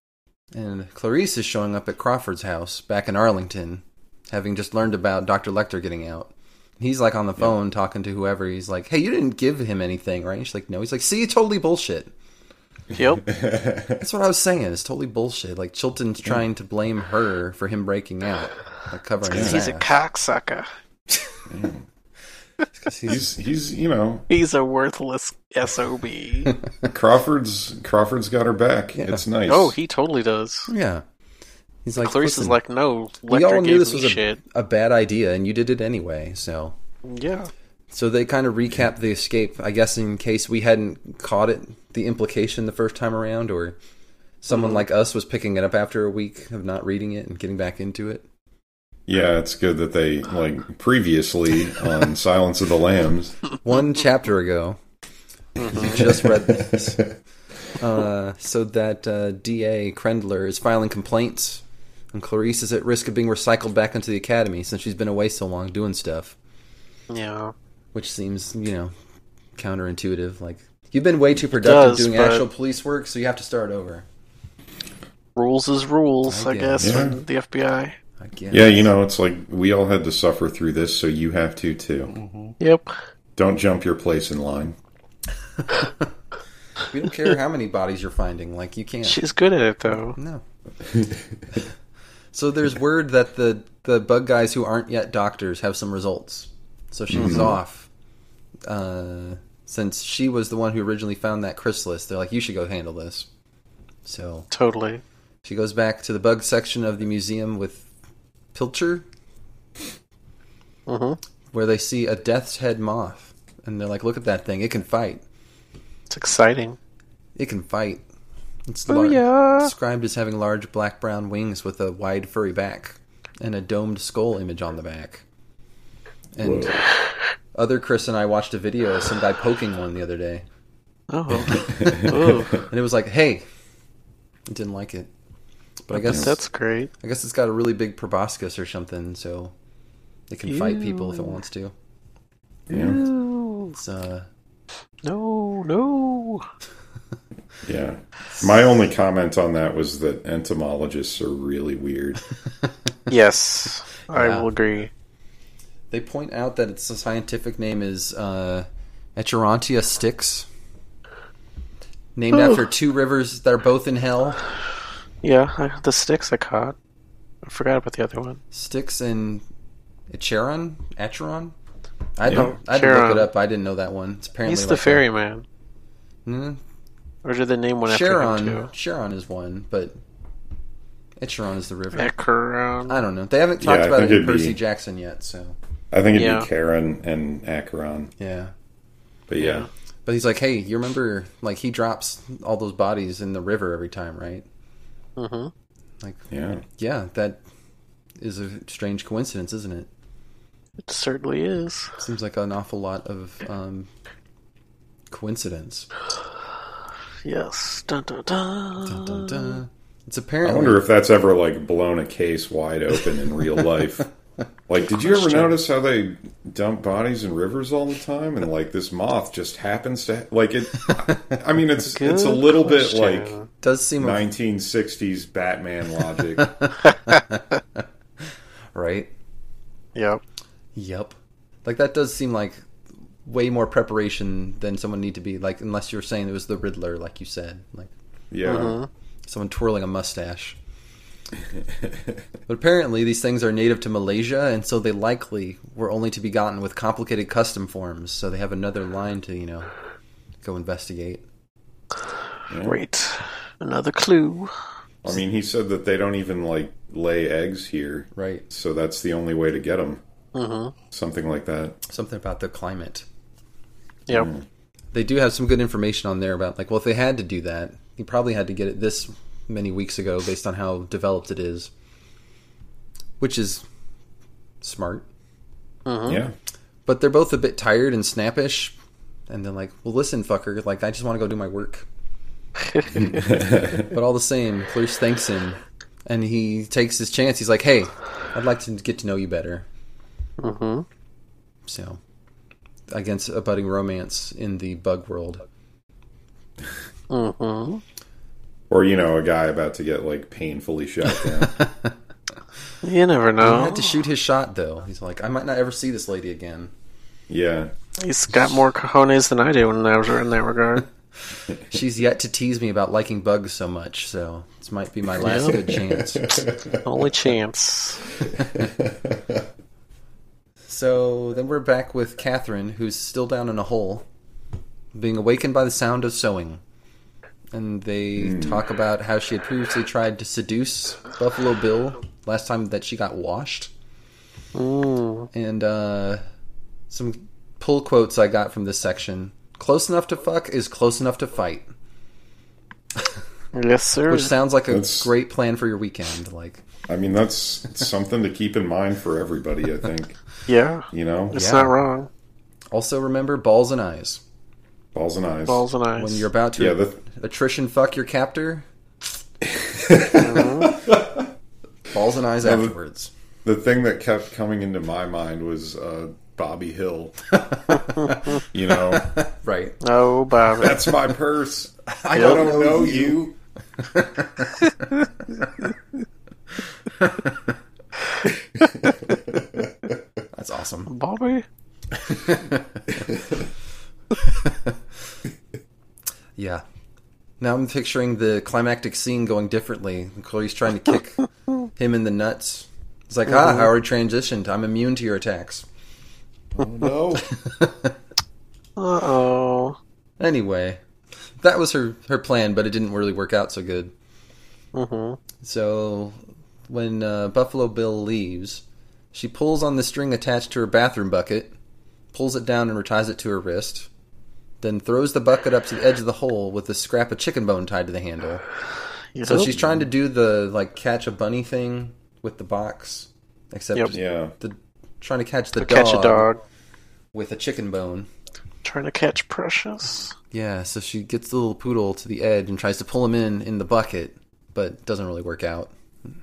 [SPEAKER 1] And Clarice is showing up at Crawford's house back in Arlington, having just learned about Dr. Lecter getting out. He's like on the phone talking to whoever. He's like, hey, you didn't give him anything, right? And she's like, no. He's like, see, totally bullshit. <laughs>
[SPEAKER 3] Yep.
[SPEAKER 1] That's what I was saying. It's totally bullshit. Like, Chilton's trying to blame her for him breaking out, like covering his
[SPEAKER 3] He's a
[SPEAKER 1] ass.
[SPEAKER 3] cocksucker.
[SPEAKER 1] 'Cause
[SPEAKER 4] He's
[SPEAKER 1] he's-
[SPEAKER 4] he's you know
[SPEAKER 3] He's a worthless sob.
[SPEAKER 1] <laughs>
[SPEAKER 4] Crawford's Crawford's got her back. It's nice.
[SPEAKER 3] oh, he totally does.
[SPEAKER 1] yeah. He's like,
[SPEAKER 3] Clarice is
[SPEAKER 1] "Listen,
[SPEAKER 3] like, no,
[SPEAKER 1] we all
[SPEAKER 3] Lecter
[SPEAKER 1] knew
[SPEAKER 3] gave
[SPEAKER 1] this
[SPEAKER 3] me
[SPEAKER 1] was a,
[SPEAKER 3] shit.
[SPEAKER 1] a bad idea, and you did it anyway, so.
[SPEAKER 3] Yeah.
[SPEAKER 1] So they kind of recap the escape, I guess, in case we hadn't caught it, the implication the first time around, or someone
[SPEAKER 3] Mm-hmm.
[SPEAKER 1] like us was picking it up after a week of not reading it and getting back into it.
[SPEAKER 4] yeah, it's good that they like previously on Silence of the Lambs.
[SPEAKER 1] One <laughs> chapter ago,
[SPEAKER 3] Mm-hmm.
[SPEAKER 1] you just read this. Uh, so that uh, DA Krendler is filing complaints, and Clarice is at risk of being recycled back into the academy since she's been away so long doing stuff,
[SPEAKER 3] Yeah.
[SPEAKER 1] which seems, you know, counterintuitive. Like, you've been way too productive
[SPEAKER 3] does,
[SPEAKER 1] doing
[SPEAKER 3] but-
[SPEAKER 1] actual police work, so you have to start over.
[SPEAKER 3] Rules is rules,
[SPEAKER 1] I
[SPEAKER 3] I, guess,
[SPEAKER 4] guess.
[SPEAKER 3] in the FBI.
[SPEAKER 1] I guess.
[SPEAKER 4] Yeah, you know, it's like we all had to suffer through this, so you have to too.
[SPEAKER 3] Yep.
[SPEAKER 4] Don't jump your place in line.
[SPEAKER 1] We don't care how many bodies you're finding. Like you can't.
[SPEAKER 3] She's good at it, though.
[SPEAKER 1] No. so there's word that the the bug guys who aren't yet doctors have some results. So she was off. Uh, since she was the one who originally found that chrysalis, they're like, you should go handle this. So
[SPEAKER 3] Totally.
[SPEAKER 1] she goes back to the bug section of the museum with Pilcher,
[SPEAKER 3] Mhm.
[SPEAKER 1] where they see a death's head moth, and they're like, "Look at that thing! It can fight!
[SPEAKER 3] It's exciting.
[SPEAKER 1] It can fight!" It's
[SPEAKER 3] Oh,
[SPEAKER 1] large.
[SPEAKER 3] yeah.
[SPEAKER 1] described as having large black brown wings with a wide furry back and a domed skull image on the back. And other Chris and I watched a video of some guy poking one the other day,
[SPEAKER 3] Oh. <laughs> Ooh,
[SPEAKER 1] and it was like, "Hey," I didn't like it, but I guess
[SPEAKER 3] that's great.
[SPEAKER 1] I guess it's got a really big proboscis or something, so it can fight people if it wants to.
[SPEAKER 4] Yeah.
[SPEAKER 1] It's, uh,
[SPEAKER 3] No, no.
[SPEAKER 4] yeah. My only comment on that was that entomologists are really weird.
[SPEAKER 3] Yes, I
[SPEAKER 1] Yeah.
[SPEAKER 3] will agree.
[SPEAKER 1] they point out that its scientific name is uh, Echerontia styx, named after two rivers that are both in hell.
[SPEAKER 3] Yeah, I, the sticks I caught. I forgot about the other one.
[SPEAKER 1] Styx and Echeron? Echeron? I
[SPEAKER 4] Yeah.
[SPEAKER 1] don't. I had to look
[SPEAKER 3] Charon.
[SPEAKER 1] it up. I didn't know that one. It's apparently
[SPEAKER 3] He's the
[SPEAKER 1] like a-
[SPEAKER 3] ferryman.
[SPEAKER 1] Mm,
[SPEAKER 3] Or did they name one after him,
[SPEAKER 1] Charon.
[SPEAKER 3] too?
[SPEAKER 1] Charon is one, but Echeron is the river.
[SPEAKER 3] Acheron.
[SPEAKER 1] I don't know. They haven't talked
[SPEAKER 4] Yeah, I
[SPEAKER 1] about
[SPEAKER 4] think
[SPEAKER 1] it in
[SPEAKER 4] it'd be-
[SPEAKER 1] Percy Jackson yet, so
[SPEAKER 4] I think it'd
[SPEAKER 3] Yeah.
[SPEAKER 4] be Karen and Acheron.
[SPEAKER 1] yeah.
[SPEAKER 4] But yeah.
[SPEAKER 1] But he's like, hey, you remember? Like he drops all those bodies in the river every time, right?
[SPEAKER 3] Mhm.
[SPEAKER 1] Like,
[SPEAKER 4] Yeah.
[SPEAKER 1] yeah, that is a strange coincidence, isn't it?
[SPEAKER 3] It certainly is.
[SPEAKER 1] Seems like an awful lot of um, coincidence.
[SPEAKER 3] Yes. Dun, dun, dun.
[SPEAKER 1] Dun, dun, dun. It's
[SPEAKER 4] I
[SPEAKER 1] apparently.
[SPEAKER 4] wonder if that's ever like blown a case wide open in real
[SPEAKER 3] <laughs>
[SPEAKER 4] life. Like, did you ever notice how they dump bodies in rivers all the time? And like this moth just happens to like it. I mean, it's it's a
[SPEAKER 3] Good
[SPEAKER 4] little bit
[SPEAKER 3] question.
[SPEAKER 4] like
[SPEAKER 1] does seem a-
[SPEAKER 4] 1960s Batman logic.
[SPEAKER 1] right.
[SPEAKER 3] Yep.
[SPEAKER 1] Yep. Like that does seem like way more preparation than someone need to be. Like unless you're saying it was the Riddler, like you said, like
[SPEAKER 4] Yeah,
[SPEAKER 3] Uh-huh. Mm-hmm.
[SPEAKER 1] someone twirling a mustache. but apparently, these things are native to Malaysia, and so they likely were only to be gotten with complicated custom forms. So they have another line to, you know, go investigate.
[SPEAKER 3] Great. Another clue.
[SPEAKER 4] I mean, he said that they don't even like lay eggs here,
[SPEAKER 1] Right.
[SPEAKER 4] so that's the only way to get them. Something like that.
[SPEAKER 1] Something about the climate.
[SPEAKER 3] Yep.
[SPEAKER 4] Mm.
[SPEAKER 1] They do have some good information on there about, like, well, if they had to do that, you probably had to get it this many weeks ago based on how developed it is, which is smart.
[SPEAKER 4] Yeah,
[SPEAKER 1] But they're both a bit tired and snappish. And they're like, well, listen, fucker, like, I just want to go do my work. but all the same, Clarice thanks him. And he takes his chance. He's like, hey, I'd like to get to know you better. Mm-hmm. So, against a budding romance in the bug world.
[SPEAKER 3] Mm-hmm.
[SPEAKER 4] Or, you know, a guy about to get like painfully shot down.
[SPEAKER 3] You never
[SPEAKER 1] He
[SPEAKER 3] know.
[SPEAKER 1] had to shoot his shot though. He's like, I might not ever see this lady again.
[SPEAKER 4] yeah.
[SPEAKER 3] He's got more cojones than I do in that, in
[SPEAKER 4] <laughs>
[SPEAKER 3] that regard.
[SPEAKER 1] She's yet to tease me about liking bugs so much, so this might be my last good chance.
[SPEAKER 3] Only chance.
[SPEAKER 1] So then we're back with Catherine, who's still down in a hole, being awakened by the sound of sewing. And they
[SPEAKER 4] Hmm.
[SPEAKER 1] talk about how she had previously tried to seduce Buffalo Bill last time that she got washed.
[SPEAKER 3] Mm.
[SPEAKER 1] And uh, some pull quotes I got from this section Close enough to fuck is close enough to fight.
[SPEAKER 3] Yes, sir.
[SPEAKER 1] Which sounds like a
[SPEAKER 4] That's-
[SPEAKER 1] great plan for your weekend. Like,
[SPEAKER 4] I mean, that's something to keep in mind for everybody, I think.
[SPEAKER 3] yeah,
[SPEAKER 4] You know?
[SPEAKER 3] it's
[SPEAKER 1] Yeah.
[SPEAKER 3] not wrong.
[SPEAKER 1] also remember balls and eyes.
[SPEAKER 4] Balls and eyes.
[SPEAKER 3] Balls and eyes.
[SPEAKER 1] When you're about to
[SPEAKER 4] Yeah, that,
[SPEAKER 1] attrition fuck your captor. Balls and eyes afterwards.
[SPEAKER 4] The thing that kept coming into my mind was uh, Bobby Hill. you know,
[SPEAKER 1] Right.
[SPEAKER 3] no, Bobby.
[SPEAKER 4] that's my purse.
[SPEAKER 1] I
[SPEAKER 4] I don't know you.
[SPEAKER 1] That's
[SPEAKER 3] <laughs>
[SPEAKER 1] awesome.
[SPEAKER 3] Bobby?
[SPEAKER 1] Yeah. Now I'm picturing the climactic scene going differently. Chloe's trying to kick him in the nuts. It's like, ah, I already transitioned. I'm immune to your attacks.
[SPEAKER 4] <laughs> No.
[SPEAKER 3] Uh oh.
[SPEAKER 1] Anyway, that was her, her plan, but it didn't really work out so good.
[SPEAKER 3] Mm-hmm.
[SPEAKER 1] So when uh, Buffalo Bill leaves, she pulls on the string attached to her bathroom bucket, pulls it down and reties it to her wrist, then throws the bucket up to the edge of the hole with a scrap of chicken bone tied to the handle. So she's trying to do the like catch a bunny thing with the box, except
[SPEAKER 3] Yep.
[SPEAKER 1] just
[SPEAKER 4] Yeah.
[SPEAKER 1] trying to catch the
[SPEAKER 3] to
[SPEAKER 1] dog,
[SPEAKER 3] catch a dog.
[SPEAKER 1] with a chicken bone.
[SPEAKER 3] Trying to catch Precious.
[SPEAKER 1] Yeah, so she gets the little poodle to the edge and tries to pull him in in the bucket, but doesn't really work out. And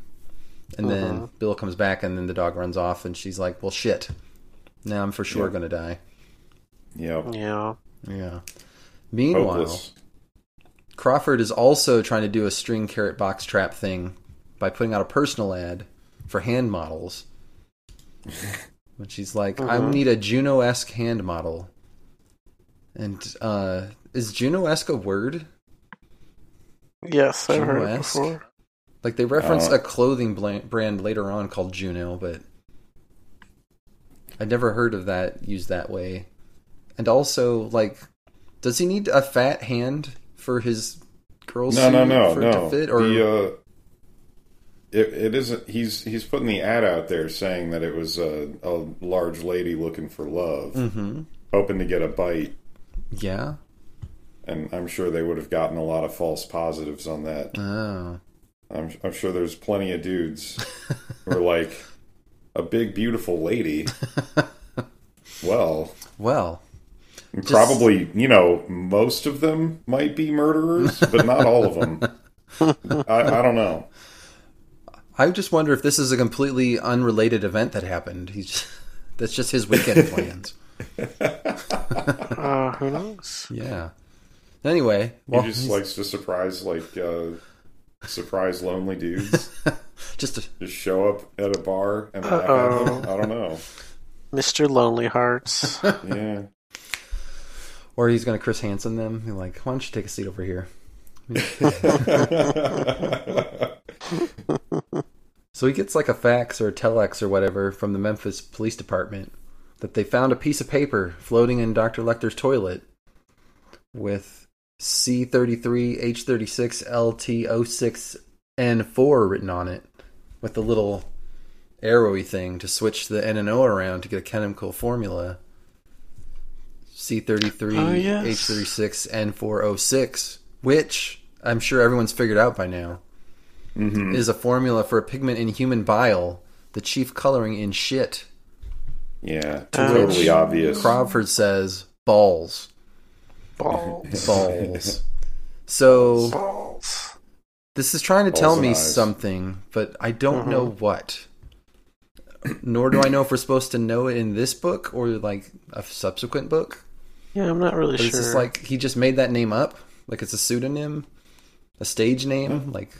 [SPEAKER 4] Uh-huh.
[SPEAKER 1] then Bill comes back, and then the dog runs off, and she's like, "Well, shit, now I'm for sure
[SPEAKER 4] Yeah.
[SPEAKER 1] gonna die."
[SPEAKER 4] Yeah.
[SPEAKER 3] Yeah.
[SPEAKER 1] Yeah. Meanwhile,
[SPEAKER 4] Hopeless.
[SPEAKER 1] Crawford is also trying to do a string carrot box trap thing by putting out a personal ad for hand
[SPEAKER 4] <laughs>
[SPEAKER 1] models. When she's like,
[SPEAKER 4] Uh-huh.
[SPEAKER 1] I need a Juno esque hand model. And uh, is Juno esque a word?
[SPEAKER 3] Yes, I've heard it
[SPEAKER 1] Juno-esque?
[SPEAKER 3] before.
[SPEAKER 1] Like they reference
[SPEAKER 4] Uh,
[SPEAKER 1] a clothing bla- brand later on called Juno, but I never heard of that used that way. And also, like, does he need a fat hand for his girl
[SPEAKER 4] No,
[SPEAKER 1] suit
[SPEAKER 4] no, no,
[SPEAKER 1] for it
[SPEAKER 4] no.
[SPEAKER 1] to fit? Or
[SPEAKER 4] the, uh, it, it isn't. He's he's putting the ad out there saying that it was a, a large lady looking for love,
[SPEAKER 1] Mhm.
[SPEAKER 4] hoping to get a bite,
[SPEAKER 1] yeah,
[SPEAKER 4] and I'm sure they would have gotten a lot of false positives on that.
[SPEAKER 1] oh,
[SPEAKER 4] I'm, I'm sure there's plenty of dudes who are like, a big, beautiful
[SPEAKER 1] <laughs>
[SPEAKER 4] lady. well,
[SPEAKER 1] well, Just-
[SPEAKER 4] probably, you know, most of them might be murderers, but not all of them. I, I don't know.
[SPEAKER 1] I just wonder if this is a completely unrelated event that happened. He's just, <laughs> that's just his
[SPEAKER 4] <laughs>
[SPEAKER 1] weekend plans.
[SPEAKER 3] Uh, who knows?
[SPEAKER 1] Yeah. Anyway,
[SPEAKER 4] He
[SPEAKER 1] well,
[SPEAKER 4] just
[SPEAKER 1] he's
[SPEAKER 4] likes to surprise, like, uh, surprise lonely dudes.
[SPEAKER 1] just a,
[SPEAKER 4] just show up at a bar and laugh at them. I don't know.
[SPEAKER 3] Mr. Lonely
[SPEAKER 1] <laughs>
[SPEAKER 3] Hearts.
[SPEAKER 4] Yeah.
[SPEAKER 1] or he's gonna Chris Hansen them. He's like, why don't you take a seat over here?
[SPEAKER 4] <laughs>
[SPEAKER 1] <laughs> So he gets like a fax or a telex or whatever from the Memphis Police Department that they found a piece of paper floating in Dr. Lecter's toilet with C33H36LT06N4 written on it with the little arrowy thing to switch the N and O around to get a chemical formula.
[SPEAKER 3] Oh, yes.
[SPEAKER 1] C33H36N406, which I'm sure everyone's figured out by now
[SPEAKER 4] Mhm.
[SPEAKER 1] is a formula for a pigment in human bile, the chief coloring in shit.
[SPEAKER 4] Yeah.
[SPEAKER 1] Uh,
[SPEAKER 3] Um,
[SPEAKER 4] Totally obvious.
[SPEAKER 1] Crawford says balls,
[SPEAKER 3] Balls.
[SPEAKER 1] balls. so
[SPEAKER 3] Balls.
[SPEAKER 1] this is trying to
[SPEAKER 4] Balls
[SPEAKER 1] tell
[SPEAKER 4] and
[SPEAKER 1] me
[SPEAKER 4] eyes. Uh-huh.
[SPEAKER 1] something, but I don't know what. Nor do I know if we're supposed to know it in this book or like a subsequent book.
[SPEAKER 3] Yeah, I'm not really
[SPEAKER 1] But
[SPEAKER 3] sure.
[SPEAKER 1] it's just like he just made that name up. Like it's a pseudonym, a stage name.
[SPEAKER 4] Mm-hmm.
[SPEAKER 1] Like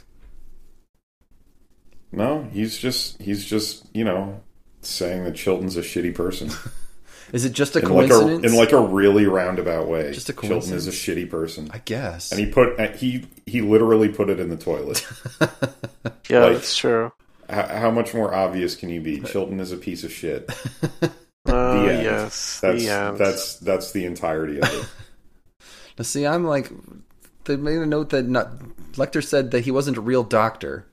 [SPEAKER 4] No, he's just he's just you know saying that Chilton's a shitty person
[SPEAKER 1] is it just <laughs> a
[SPEAKER 4] in like a
[SPEAKER 1] coincidence?
[SPEAKER 4] in like a really roundabout way.
[SPEAKER 1] Just a
[SPEAKER 4] Chilton is a shitty person,
[SPEAKER 1] I guess.
[SPEAKER 4] and he put he he literally put it in the toilet. <laughs>
[SPEAKER 3] Yeah,
[SPEAKER 4] Like-
[SPEAKER 3] that's true.
[SPEAKER 4] how, how much more obvious can you
[SPEAKER 1] <laughs>
[SPEAKER 4] be? Chilton is a piece of shit.
[SPEAKER 3] Oh,
[SPEAKER 1] Uh,
[SPEAKER 4] The end.
[SPEAKER 3] yes.
[SPEAKER 4] That's
[SPEAKER 3] the end.
[SPEAKER 4] that's that's the entirety of
[SPEAKER 1] <laughs>
[SPEAKER 4] it.
[SPEAKER 1] Now, see, I'm like, they made a note that not, Lecter said that he wasn't a real doctor.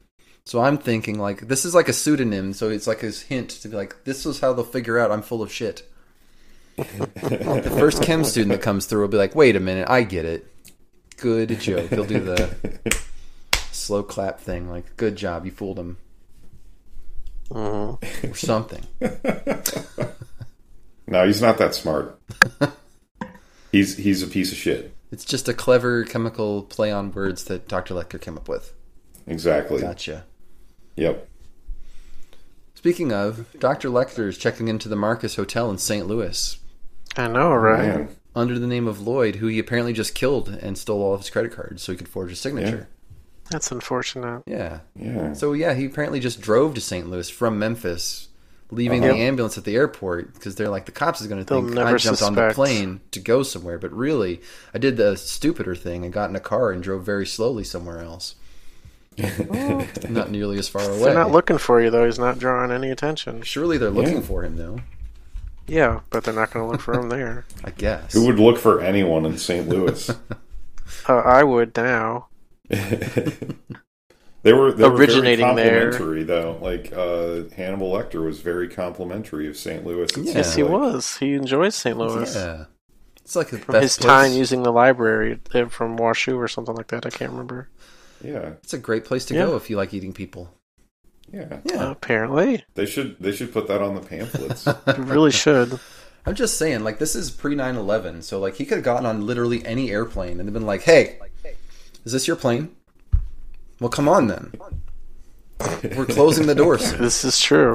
[SPEAKER 1] So I'm thinking, like, this is like a pseudonym. So it's like his hint to be like, this is how they'll figure out I'm full of shit. the first chem student that comes through will be like, wait a minute, I get it. Good joke. He'll do the slow clap thing, like, good job, you fooled him,
[SPEAKER 3] Mhm.
[SPEAKER 1] or something.
[SPEAKER 4] No, he's not that smart.
[SPEAKER 1] <laughs>
[SPEAKER 4] He's he's a piece of shit.
[SPEAKER 1] It's just a clever chemical play on words that Dr. Lecter came up with.
[SPEAKER 4] Exactly.
[SPEAKER 1] Gotcha.
[SPEAKER 4] Yep.
[SPEAKER 1] Speaking of, Dr. Lecter is checking into the Marcus Hotel in St. Louis
[SPEAKER 3] I know, right?
[SPEAKER 4] Man.
[SPEAKER 1] under the name of Lloyd, who he apparently just killed and stole all of his credit cards so he could forge his signature.
[SPEAKER 3] That's unfortunate.
[SPEAKER 1] Yeah.
[SPEAKER 4] Yeah.
[SPEAKER 1] So, yeah, he apparently just drove to St. Louis from Memphis, leaving
[SPEAKER 4] Uh-huh.
[SPEAKER 1] the ambulance at the airport because they're like, the cops is going to
[SPEAKER 3] They'll
[SPEAKER 1] think I
[SPEAKER 3] never
[SPEAKER 1] jumped on the
[SPEAKER 3] suspect."
[SPEAKER 1] plane to go somewhere. But really, I did the stupider thing and got in a car and drove very slowly somewhere else. not nearly as far away.
[SPEAKER 3] They're not looking for you, though. He's not drawing any attention.
[SPEAKER 1] Surely they're looking
[SPEAKER 4] Yeah.
[SPEAKER 1] for him, though.
[SPEAKER 3] Yeah, but they're not going to look for
[SPEAKER 4] <laughs>
[SPEAKER 3] him there.
[SPEAKER 1] I
[SPEAKER 4] <laughs>
[SPEAKER 1] guess.
[SPEAKER 4] Who would look for anyone in St. Louis?
[SPEAKER 3] Uh, I would now.
[SPEAKER 4] <laughs> They were they
[SPEAKER 3] Originating
[SPEAKER 4] were very
[SPEAKER 3] there.
[SPEAKER 4] complimentary though. Like uh, Hannibal Lecter was very complimentary of St. Louis. It
[SPEAKER 1] Yeah.
[SPEAKER 3] Yes, he
[SPEAKER 4] seemed like.
[SPEAKER 3] was. He enjoys St. Louis.
[SPEAKER 1] Yeah. It's like the
[SPEAKER 3] From
[SPEAKER 1] best
[SPEAKER 3] his
[SPEAKER 1] place.
[SPEAKER 3] time using the library uh, from Washu or something like that. I can't remember.
[SPEAKER 4] Yeah,
[SPEAKER 1] It's a great place to
[SPEAKER 3] Yeah.
[SPEAKER 1] go if you like eating people.
[SPEAKER 4] yeah.
[SPEAKER 3] Uh, Apparently.
[SPEAKER 4] They should they should put that on the
[SPEAKER 3] <laughs>
[SPEAKER 4] pamphlets. <laughs>
[SPEAKER 3] You really should.
[SPEAKER 1] I'm just saying, like, this is pre 9 11, so, like, he could have gotten on literally any airplane and been like, hey, is this your plane? Well, come on then. We're closing the doors.
[SPEAKER 3] This is true.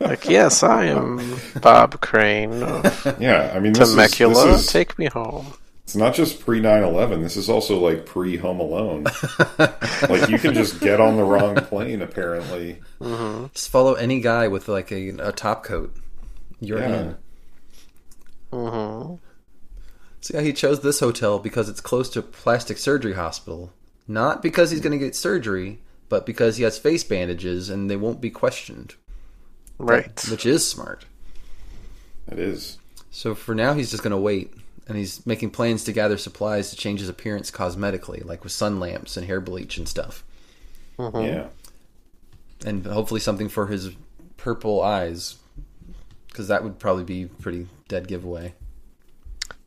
[SPEAKER 3] like, yes,
[SPEAKER 4] <laughs>
[SPEAKER 3] I am Bob Crane of
[SPEAKER 4] yeah, I mean this is,
[SPEAKER 3] Temecula.
[SPEAKER 4] this is-
[SPEAKER 3] Take me home.
[SPEAKER 4] it's not just pre 9-11. This is also like pre Home
[SPEAKER 3] <laughs>
[SPEAKER 4] Alone. like you can just get on the wrong plane apparently.
[SPEAKER 1] Just follow any guy with, like, a, a top coat. You're
[SPEAKER 4] Yeah.
[SPEAKER 1] in.
[SPEAKER 3] hmm
[SPEAKER 1] So, yeah, he chose this hotel because it's close to plastic surgery hospital. Not because he's going to get surgery, but because he has face bandages and they won't be questioned,
[SPEAKER 3] Right.
[SPEAKER 1] which is smart.
[SPEAKER 4] It is.
[SPEAKER 1] So for now, he's just going to wait, and he's making plans to gather supplies to change his appearance cosmetically, like with sun lamps and hair bleach and stuff,
[SPEAKER 3] Mm-hmm.
[SPEAKER 4] Yeah.
[SPEAKER 1] and hopefully something for his purple eyes, because that would probably be pretty dead giveaway.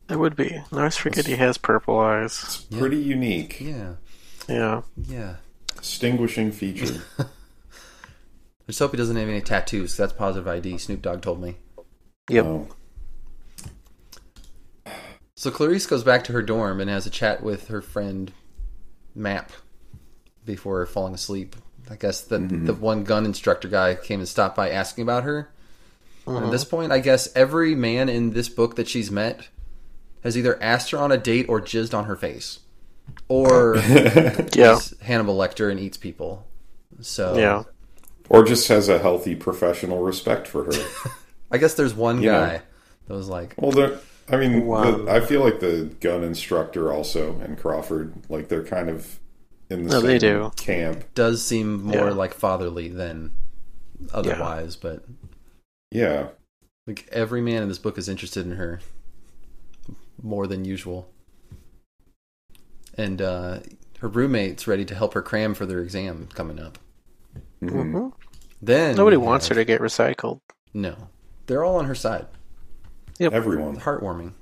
[SPEAKER 3] That would be. I always forget he has purple eyes.
[SPEAKER 4] It's pretty unique.
[SPEAKER 1] Yeah,
[SPEAKER 3] Yeah.
[SPEAKER 1] yeah.
[SPEAKER 4] Distinguishing feature.
[SPEAKER 1] I just hope he doesn't have any tattoos. 'cause that's positive ID. Snoop Dogg told me.
[SPEAKER 3] Yep.
[SPEAKER 4] Oh.
[SPEAKER 1] So Clarice goes back to her dorm and has a chat with her friend Map before falling asleep. I guess the
[SPEAKER 3] Mm-hmm.
[SPEAKER 1] the one gun instructor guy came and stopped by asking about her. And at this
[SPEAKER 3] Uh-huh.
[SPEAKER 1] point, I guess every man in this book that she's met has either asked her on a date or jizzed on her face, or
[SPEAKER 3] <laughs> Yeah.
[SPEAKER 1] is Hannibal Lecter and eats people.
[SPEAKER 4] uh,
[SPEAKER 1] So
[SPEAKER 3] Yeah.
[SPEAKER 4] Or just has a healthy professional respect for her.
[SPEAKER 1] I guess there's one
[SPEAKER 4] You know.
[SPEAKER 1] guy that was like,
[SPEAKER 4] Well, they're, I mean,
[SPEAKER 3] Wow.
[SPEAKER 4] the, I feel like the gun instructor also and Crawford, like they're kind of in the
[SPEAKER 3] No,
[SPEAKER 4] same
[SPEAKER 3] they do.
[SPEAKER 4] camp.
[SPEAKER 1] does seem more
[SPEAKER 3] Yeah.
[SPEAKER 1] like fatherly than otherwise, but
[SPEAKER 4] Yeah,
[SPEAKER 1] Like every man in this book is interested in her more than usual. And uh, her roommate's ready to help her cram for their exam coming up.
[SPEAKER 4] Mhm.
[SPEAKER 3] Mhm.
[SPEAKER 1] Mm-hmm. Then
[SPEAKER 3] Nobody wants her to get recycled.
[SPEAKER 1] No, they're all on her side.
[SPEAKER 4] everyone.
[SPEAKER 1] Heartwarming.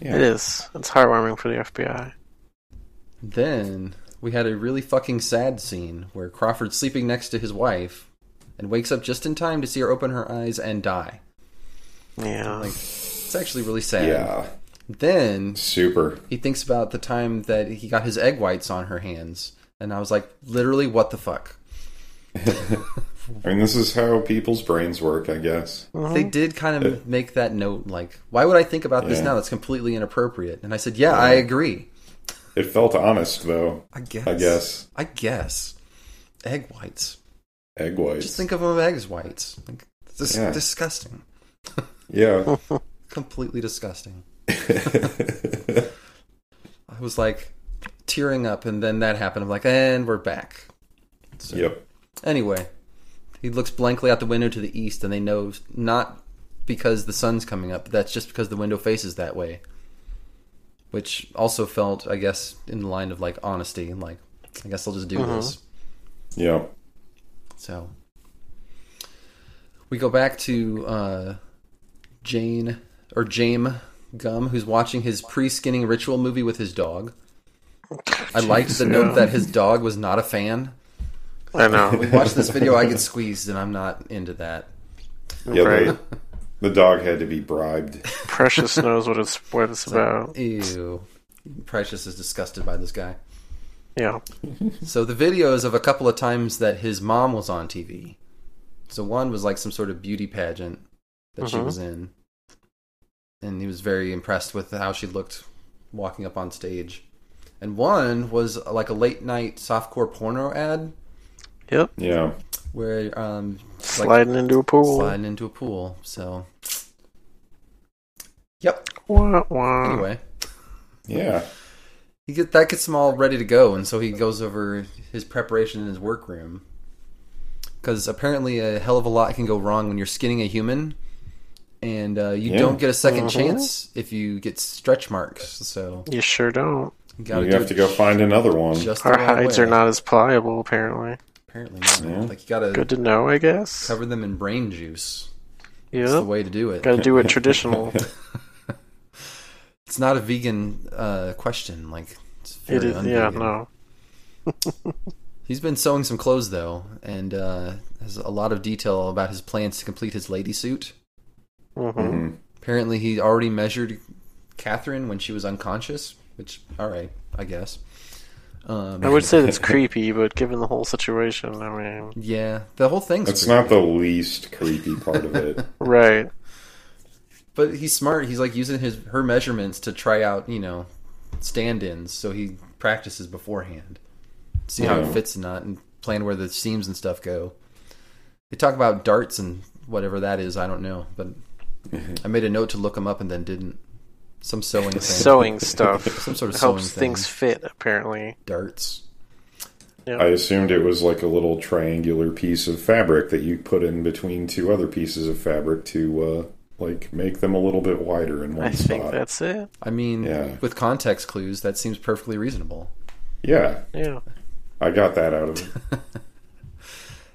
[SPEAKER 4] Yeah.
[SPEAKER 3] It is. It's heartwarming for the FBI.
[SPEAKER 1] Then we had a really fucking sad scene where Crawford's sleeping next to his wife and wakes up just in time to see her open her eyes and die.
[SPEAKER 3] Yeah.
[SPEAKER 1] Like it's actually really sad.
[SPEAKER 4] Yeah,
[SPEAKER 1] Then
[SPEAKER 4] super.
[SPEAKER 1] he thinks about the time that he got his egg whites on her hands, and I was like, literally, what the fuck?
[SPEAKER 4] I mean, this is how people's brains work, I guess.
[SPEAKER 1] They did kind of make that note, like, why would I think about this
[SPEAKER 4] Yeah.
[SPEAKER 1] now? That's completely inappropriate. And I said, yeah, I agree.
[SPEAKER 4] It felt honest though.
[SPEAKER 1] I guess.
[SPEAKER 4] I guess
[SPEAKER 1] I guess. Egg whites.
[SPEAKER 4] egg whites.
[SPEAKER 1] Just think of them as egg whites. Like, this is
[SPEAKER 4] Yeah.
[SPEAKER 1] disgusting.
[SPEAKER 3] Oh.
[SPEAKER 4] <laughs>
[SPEAKER 3] <laughs>
[SPEAKER 4] yeah.
[SPEAKER 1] Completely disgusting. I was like tearing up, and then that happened. I'm like, and we're back. So,
[SPEAKER 4] yep.
[SPEAKER 1] Anyway, he looks blankly out the window to the east, and they know not because the sun's coming up, but that's just because the window faces that way. Which also felt, I guess, in the line of like honesty, and like, I guess I'll just do this.
[SPEAKER 4] Yep.
[SPEAKER 1] So we go back to uh, Jane or Jame Gum, who's watching his pre-skinning ritual movie with his dog. I liked the note that his dog was not a fan.
[SPEAKER 3] I know.
[SPEAKER 1] We <laughs> watch this video, I get squeezed, and I'm not into that.
[SPEAKER 4] Yeah.
[SPEAKER 3] Right.
[SPEAKER 4] The, the dog had to be bribed.
[SPEAKER 3] Precious knows what it's what it's about.
[SPEAKER 1] Ew. Precious is disgusted by this guy.
[SPEAKER 3] Yeah.
[SPEAKER 1] So the videos of a couple of times that his mom was on TV. So one was like some sort of beauty pageant that she
[SPEAKER 3] Mhm.
[SPEAKER 1] was in. And he was very impressed with how she looked walking up on stage. And one was like a late night softcore porno ad
[SPEAKER 3] Yep.
[SPEAKER 4] Yeah.
[SPEAKER 1] where um like
[SPEAKER 3] Sliding into a pool.
[SPEAKER 1] sliding into a pool. So Yep.
[SPEAKER 3] Wah, wah.
[SPEAKER 1] Anyway.
[SPEAKER 4] Yeah.
[SPEAKER 1] He get that gets him all ready to go, and so he goes over his preparation in his workroom. Because apparently, a hell of a lot can go wrong when you're skinning a human, and uh, you
[SPEAKER 4] Yeah.
[SPEAKER 1] don't get a 2nd
[SPEAKER 3] Mhm.
[SPEAKER 1] chance if you get stretch marks. So
[SPEAKER 3] You sure don't.
[SPEAKER 1] you
[SPEAKER 4] You
[SPEAKER 1] gotta do
[SPEAKER 4] have
[SPEAKER 1] it
[SPEAKER 4] to go find another one.
[SPEAKER 1] Just
[SPEAKER 3] Our
[SPEAKER 1] the right
[SPEAKER 3] hides
[SPEAKER 1] way.
[SPEAKER 3] are not as pliable, apparently.
[SPEAKER 1] apparently not.
[SPEAKER 4] Yeah.
[SPEAKER 1] like you gotta
[SPEAKER 3] Good to know, I guess.
[SPEAKER 1] cover them in brain juice. That's the
[SPEAKER 3] Yep.
[SPEAKER 1] way to do it.
[SPEAKER 3] Got to
[SPEAKER 1] <laughs>
[SPEAKER 3] do it traditional.
[SPEAKER 1] It's not a vegan uh, question. Like it's
[SPEAKER 3] it
[SPEAKER 1] very
[SPEAKER 3] is. Yeah.
[SPEAKER 1] un-vegan.
[SPEAKER 3] No.
[SPEAKER 1] He's been sewing some clothes though, and uh, has a lot of detail about his plans to complete his lady suit.
[SPEAKER 3] hmm
[SPEAKER 4] Mhm.
[SPEAKER 1] Apparently, he already measured Catherine when she was unconscious, which, all right, I guess. Um,
[SPEAKER 3] I would say that's creepy, but given the whole situation, I mean,
[SPEAKER 1] yeah, the whole thing's.
[SPEAKER 4] That's
[SPEAKER 1] creepy.
[SPEAKER 4] not the least creepy part of it.
[SPEAKER 3] right?
[SPEAKER 1] But he's smart. He's like using his her measurements to try out, you know, stand-ins. So he practices beforehand, see how it
[SPEAKER 4] Yeah.
[SPEAKER 1] fits and not, and plan where the seams and stuff go. They talk about darts and whatever that is. I don't know, but I made a note to look them up and then didn't. Some sewing thing, <laughs>
[SPEAKER 3] Sewing stuff
[SPEAKER 1] some sort of sewing
[SPEAKER 3] helps
[SPEAKER 1] thing.
[SPEAKER 3] things fit. Apparently,
[SPEAKER 1] darts.
[SPEAKER 4] I assumed it was like a little triangular piece of fabric that you put in between two other pieces of fabric to uh, like make them a little bit wider in one
[SPEAKER 3] I
[SPEAKER 4] spot.
[SPEAKER 3] think that's it.
[SPEAKER 1] I mean,
[SPEAKER 4] Yeah.
[SPEAKER 1] with context clues, that seems perfectly reasonable.
[SPEAKER 4] Yeah,
[SPEAKER 3] Yeah.
[SPEAKER 4] I got that out of it.
[SPEAKER 3] <laughs>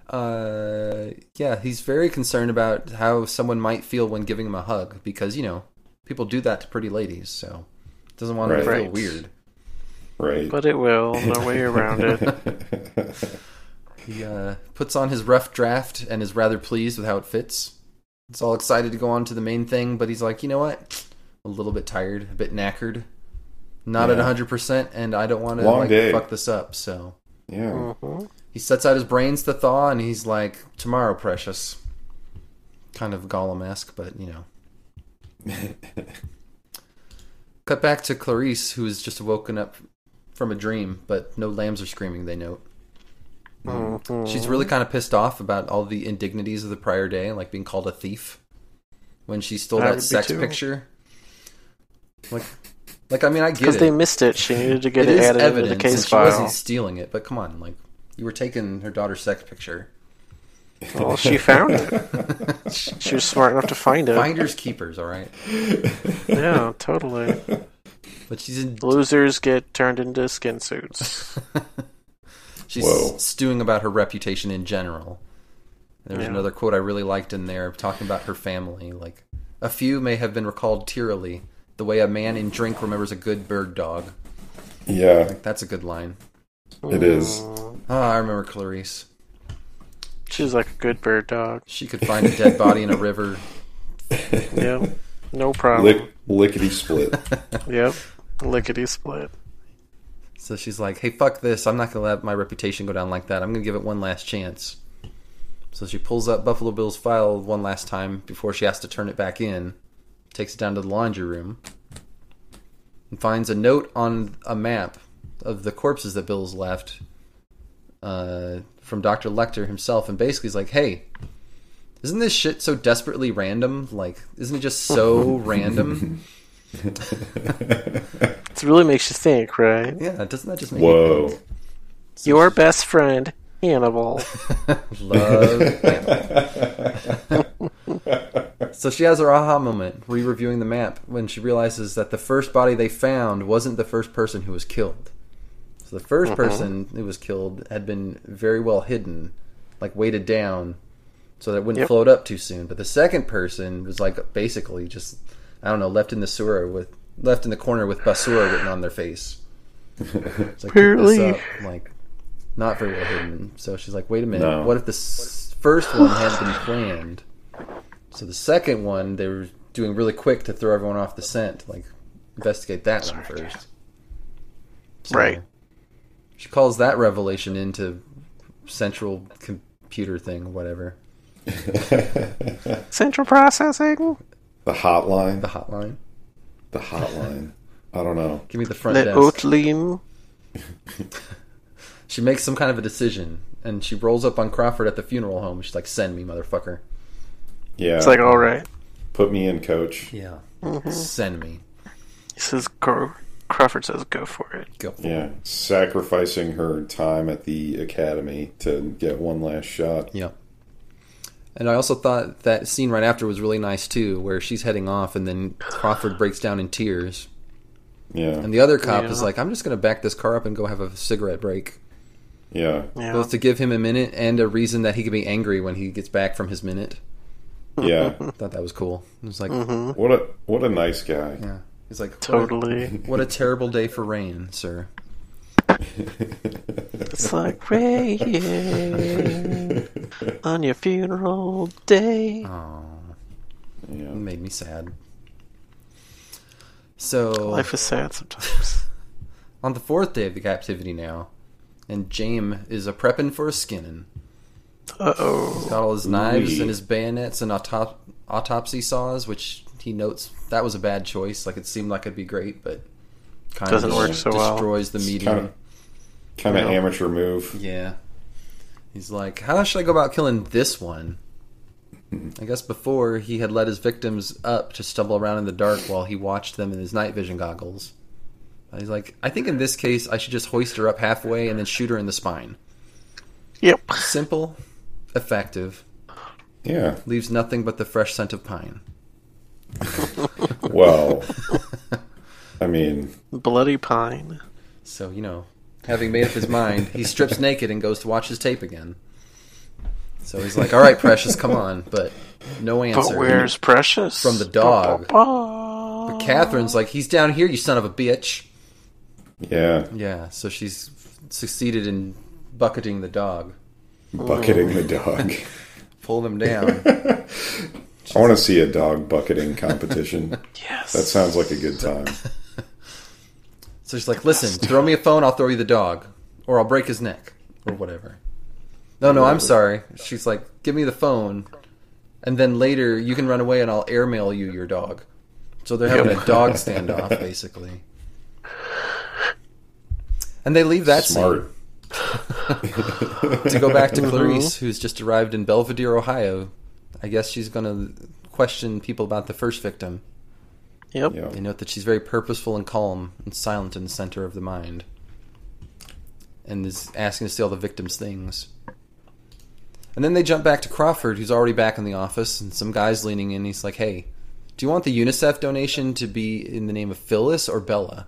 [SPEAKER 1] Uh, yeah, he's very concerned about how someone might feel when giving him a hug because you know people do that to pretty ladies, so doesn't want them to
[SPEAKER 4] Right.
[SPEAKER 1] feel weird.
[SPEAKER 4] Right.
[SPEAKER 3] But it will.
[SPEAKER 1] <laughs>
[SPEAKER 3] No way around it.
[SPEAKER 1] He uh, puts on his rough draft and is rather pleased with how it fits. It's all excited to go on to the main thing, but he's like, you know what? A little bit tired, a bit knackered, not at
[SPEAKER 4] Yeah.
[SPEAKER 1] hundred percent, and I don't want to
[SPEAKER 4] Long
[SPEAKER 1] like
[SPEAKER 4] day.
[SPEAKER 1] fuck this up. So
[SPEAKER 4] <laughs> yeah.
[SPEAKER 3] hmm
[SPEAKER 1] he sets out his brains to thaw, and he's like, tomorrow, precious. Kind of Gollum esque, but you know.
[SPEAKER 3] <laughs>
[SPEAKER 1] Cut back to Clarice, who is just woken up from a dream, but no lambs are screaming, they note.
[SPEAKER 3] mm-hmm.
[SPEAKER 1] She's really kind of pissed off about all the indignities of the prior day, like being called a thief when she stole
[SPEAKER 3] I would
[SPEAKER 1] that
[SPEAKER 3] be
[SPEAKER 1] sex
[SPEAKER 3] too.
[SPEAKER 1] picture. Like, like I mean, I get
[SPEAKER 3] Because
[SPEAKER 1] it.
[SPEAKER 3] they missed it. She needed to get
[SPEAKER 1] it
[SPEAKER 3] it,
[SPEAKER 1] is
[SPEAKER 3] added
[SPEAKER 1] evidence,
[SPEAKER 3] into the case
[SPEAKER 1] and she wasn't
[SPEAKER 3] file.
[SPEAKER 1] stealing it, but come on, like, you were taking her daughter's sex picture. <laughs>
[SPEAKER 3] Well, she found it. She was smart enough to find it.
[SPEAKER 1] Finders keepers, all right?
[SPEAKER 3] Yeah, totally.
[SPEAKER 1] But she's in <laughs>
[SPEAKER 3] Losers get turned into skin suits.
[SPEAKER 1] She's
[SPEAKER 4] Whoa.
[SPEAKER 1] stewing about her reputation in general. There was
[SPEAKER 3] Yeah.
[SPEAKER 1] another quote I really liked in there talking about her family. Like, a few may have been recalled tearily, the way a man in drink remembers a good bird dog.
[SPEAKER 4] <laughs> Yeah.
[SPEAKER 1] That's a good line.
[SPEAKER 4] It is.
[SPEAKER 1] Ah, I remember Clarice.
[SPEAKER 3] Mm-hmm. She's like a good
[SPEAKER 1] <laughs>
[SPEAKER 3] bird dog.
[SPEAKER 1] She could find a dead body in a river.
[SPEAKER 3] Yep. No problem.
[SPEAKER 4] Lick, lickety
[SPEAKER 3] <laughs>
[SPEAKER 4] split.
[SPEAKER 3] Yep. Lickety split.
[SPEAKER 1] So she's like, hey, fuck this. I'm not going to let my reputation go down like that. I'm going to give it one last chance. So she pulls up Buffalo Bill's file one last time before she has to turn it back in, takes it down to the laundry room, and finds a note on a map of the corpses that Bill's left uh, from Dr. Lecter himself, and basically he's like, hey, isn't this shit so desperately random? Like, isn't it just so random?
[SPEAKER 3] It really makes you think, right?
[SPEAKER 1] Yeah, doesn't that just make
[SPEAKER 4] Whoa.
[SPEAKER 1] you
[SPEAKER 3] Your best friend,
[SPEAKER 1] <laughs>
[SPEAKER 3] Hannibal.
[SPEAKER 1] think?
[SPEAKER 3] Uh,
[SPEAKER 1] love? <laughs> So she has her aha moment re-reviewing the map when she realizes that the first body they found wasn't the first person who was killed. So the 1st
[SPEAKER 3] Mm-hmm.
[SPEAKER 1] person who was killed had been very well hidden, like weighted down, so that it wouldn't
[SPEAKER 3] Yep.
[SPEAKER 1] float up too soon. But the second person was like basically just I don't know, left in the sewer with left in the corner with basura written on their
[SPEAKER 3] <laughs>
[SPEAKER 1] face. It's like, pick this
[SPEAKER 3] Apparently.
[SPEAKER 1] up, like not very well hidden. So she's like, wait a minute,
[SPEAKER 4] No.
[SPEAKER 1] what if the s- first one had been planned? So the second one, they were doing really quick to throw everyone off the scent, like investigate that one first. So
[SPEAKER 3] Right.
[SPEAKER 1] She calls that revelation into central computer thing, whatever
[SPEAKER 3] Central processing?
[SPEAKER 4] <laughs> The hotline.
[SPEAKER 1] the hotline.
[SPEAKER 4] The hotline. I don't know.
[SPEAKER 1] Give me the front
[SPEAKER 3] The
[SPEAKER 1] desk.
[SPEAKER 3] Oatlean.
[SPEAKER 1] She makes some kind of a decision, and she rolls up on Crawford at the funeral home. She's like, "Send me, motherfucker."
[SPEAKER 4] Yeah.
[SPEAKER 3] It's like, all right.
[SPEAKER 4] put me in, coach.
[SPEAKER 1] Yeah. Send me.
[SPEAKER 3] He says, go. Crawford says, go for it.
[SPEAKER 1] Go. for it.
[SPEAKER 4] Yeah. Sacrificing her time at the academy to get one last shot.
[SPEAKER 1] Yeah. And I also thought that scene right after was really nice too, where she's heading off and then Crawford breaks down in tears.
[SPEAKER 4] Yeah.
[SPEAKER 1] And the other cop
[SPEAKER 3] Yeah.
[SPEAKER 1] is like, I'm just going to back this car up and go have a cigarette break.
[SPEAKER 4] Yeah.
[SPEAKER 3] Yeah.
[SPEAKER 1] Both to give him a minute and a reason that he could be angry when he gets back from his minute.
[SPEAKER 3] <laughs>
[SPEAKER 4] Yeah.
[SPEAKER 1] thought that was cool. It was like,
[SPEAKER 4] What a what a nice guy.
[SPEAKER 1] yeah. He's like, what a-
[SPEAKER 3] Mm-hmm. Totally.
[SPEAKER 1] What a terrible day for rain, sir.
[SPEAKER 3] It's
[SPEAKER 1] <laughs>
[SPEAKER 3] like rain on your funeral day.
[SPEAKER 1] Oh, it
[SPEAKER 4] Yeah.
[SPEAKER 1] made me sad. So,
[SPEAKER 3] Life is sad sometimes.
[SPEAKER 1] on the fourth day of the captivity now, and James is a prepping for a skinning.
[SPEAKER 3] Uh oh.
[SPEAKER 1] got all his knives
[SPEAKER 4] Ooh-wee.
[SPEAKER 1] and his bayonets and auto- autopsy saws, which he notes that was a bad choice. Like it seemed like it'd be great, but kind
[SPEAKER 3] Doesn't
[SPEAKER 1] of
[SPEAKER 3] work so well.
[SPEAKER 1] destroys the medium.
[SPEAKER 4] Kind of kind of
[SPEAKER 3] Yeah.
[SPEAKER 4] amateur move.
[SPEAKER 1] Yeah, he's like, how should I go about killing this one? I guess before he had let his victims up to stumble around in the dark while he watched them in his night vision goggles. And He's like, I think in this case I should just hoist her up halfway and then shoot her in the spine.
[SPEAKER 3] Yep.
[SPEAKER 1] Simple, effective,
[SPEAKER 4] Yeah.
[SPEAKER 1] leaves nothing but the fresh scent of pine. <laughs>
[SPEAKER 4] Well. I mean,
[SPEAKER 3] Bloody pine.
[SPEAKER 1] So, you know, having made up his mind, he <laughs> strips naked and goes to watch his tape again. So he's like, all right, Precious, come on. But no answer.
[SPEAKER 3] But where's Precious?
[SPEAKER 1] From the dog.
[SPEAKER 3] Ba-ba-ba.
[SPEAKER 1] Catherine's like, he's down here, you son of a bitch.
[SPEAKER 4] yeah,
[SPEAKER 1] Yeah, so she's succeeded in bucketing the dog,
[SPEAKER 4] bucketing the
[SPEAKER 1] <laughs>
[SPEAKER 4] dog.
[SPEAKER 1] pulling him down.
[SPEAKER 4] I want to see a dog bucketing competition.
[SPEAKER 3] Yes.
[SPEAKER 4] That sounds like a good time.
[SPEAKER 1] so she's like, listen, throw me a phone, I'll throw you the dog. Or I'll break his neck. Or whatever. No, no, I'm sorry. She's like, give me the phone. And then later, you can run away and I'll airmail you your dog. So they're having
[SPEAKER 3] Yep.
[SPEAKER 1] a dog standoff, basically. And they leave that
[SPEAKER 4] Smart.
[SPEAKER 1] scene <laughs> to go back to Clarice, who's just arrived in Belvedere, Ohio. I guess she's going to question people about the first victim.
[SPEAKER 3] Yep.
[SPEAKER 4] Yeah.
[SPEAKER 1] They note that she's very purposeful and calm and silent in the center of the mind. And is asking to see all the victims' things. And then they jump back to Crawford, who's already back in the office, and some guy's leaning in. He's like, hey, do you want the UNICEF donation to be in the name of Phyllis or Bella?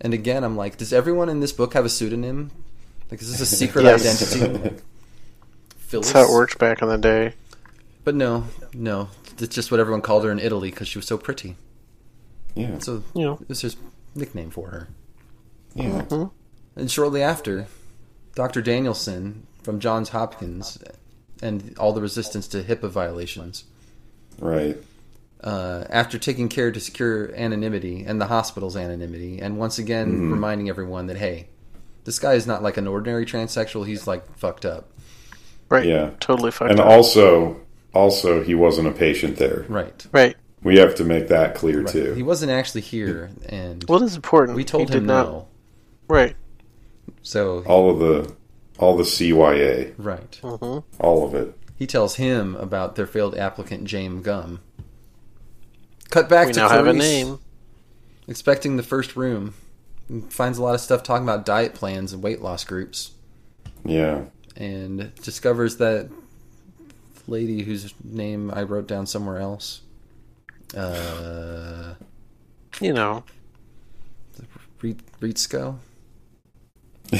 [SPEAKER 1] And again, I'm like, does everyone in this book have a pseudonym? Like, is this a secret
[SPEAKER 3] <laughs> Yes.
[SPEAKER 1] identity? Like, Phyllis?
[SPEAKER 3] That's how it worked back in the day.
[SPEAKER 1] But no, no. It's just what everyone called her in Italy because she was so pretty.
[SPEAKER 4] <laughs> Yeah,
[SPEAKER 1] So
[SPEAKER 3] You know.
[SPEAKER 1] it was his nickname for her.
[SPEAKER 4] yeah.
[SPEAKER 1] And shortly after, Dr. Danielson from Johns Hopkins and all the resistance to HIPAA violations,
[SPEAKER 4] Right.
[SPEAKER 1] uh, after taking care to secure anonymity and the hospital's anonymity, and once again
[SPEAKER 3] Mm-hmm.
[SPEAKER 1] reminding everyone that, hey, this guy is not like an ordinary transsexual, he's like fucked up.
[SPEAKER 3] Right.
[SPEAKER 4] Yeah.
[SPEAKER 3] Totally fucked
[SPEAKER 4] And
[SPEAKER 3] up.
[SPEAKER 4] also, also he wasn't a patient there.
[SPEAKER 1] Right.
[SPEAKER 3] right.
[SPEAKER 4] We have to make that clear
[SPEAKER 1] right. He
[SPEAKER 4] too.
[SPEAKER 1] wasn't actually here, and
[SPEAKER 3] Well, it's important.
[SPEAKER 1] we
[SPEAKER 3] He
[SPEAKER 1] told
[SPEAKER 3] did
[SPEAKER 1] him
[SPEAKER 3] not-
[SPEAKER 1] no.
[SPEAKER 3] Right.
[SPEAKER 1] So
[SPEAKER 4] all of the all the CYA,
[SPEAKER 1] right,
[SPEAKER 3] Mm-hmm.
[SPEAKER 4] all of it.
[SPEAKER 1] he tells him about their failed applicant James Gum. Cut back
[SPEAKER 3] We
[SPEAKER 1] to
[SPEAKER 3] now have a
[SPEAKER 1] Clarice,
[SPEAKER 3] name.
[SPEAKER 1] expecting the first room. Finds a lot of stuff talking about diet plans and weight loss groups.
[SPEAKER 4] Yeah. <laughs>
[SPEAKER 1] and discovers that lady whose name I wrote down somewhere else. Uh,
[SPEAKER 3] You know,
[SPEAKER 1] Rit- Ritsko? <laughs>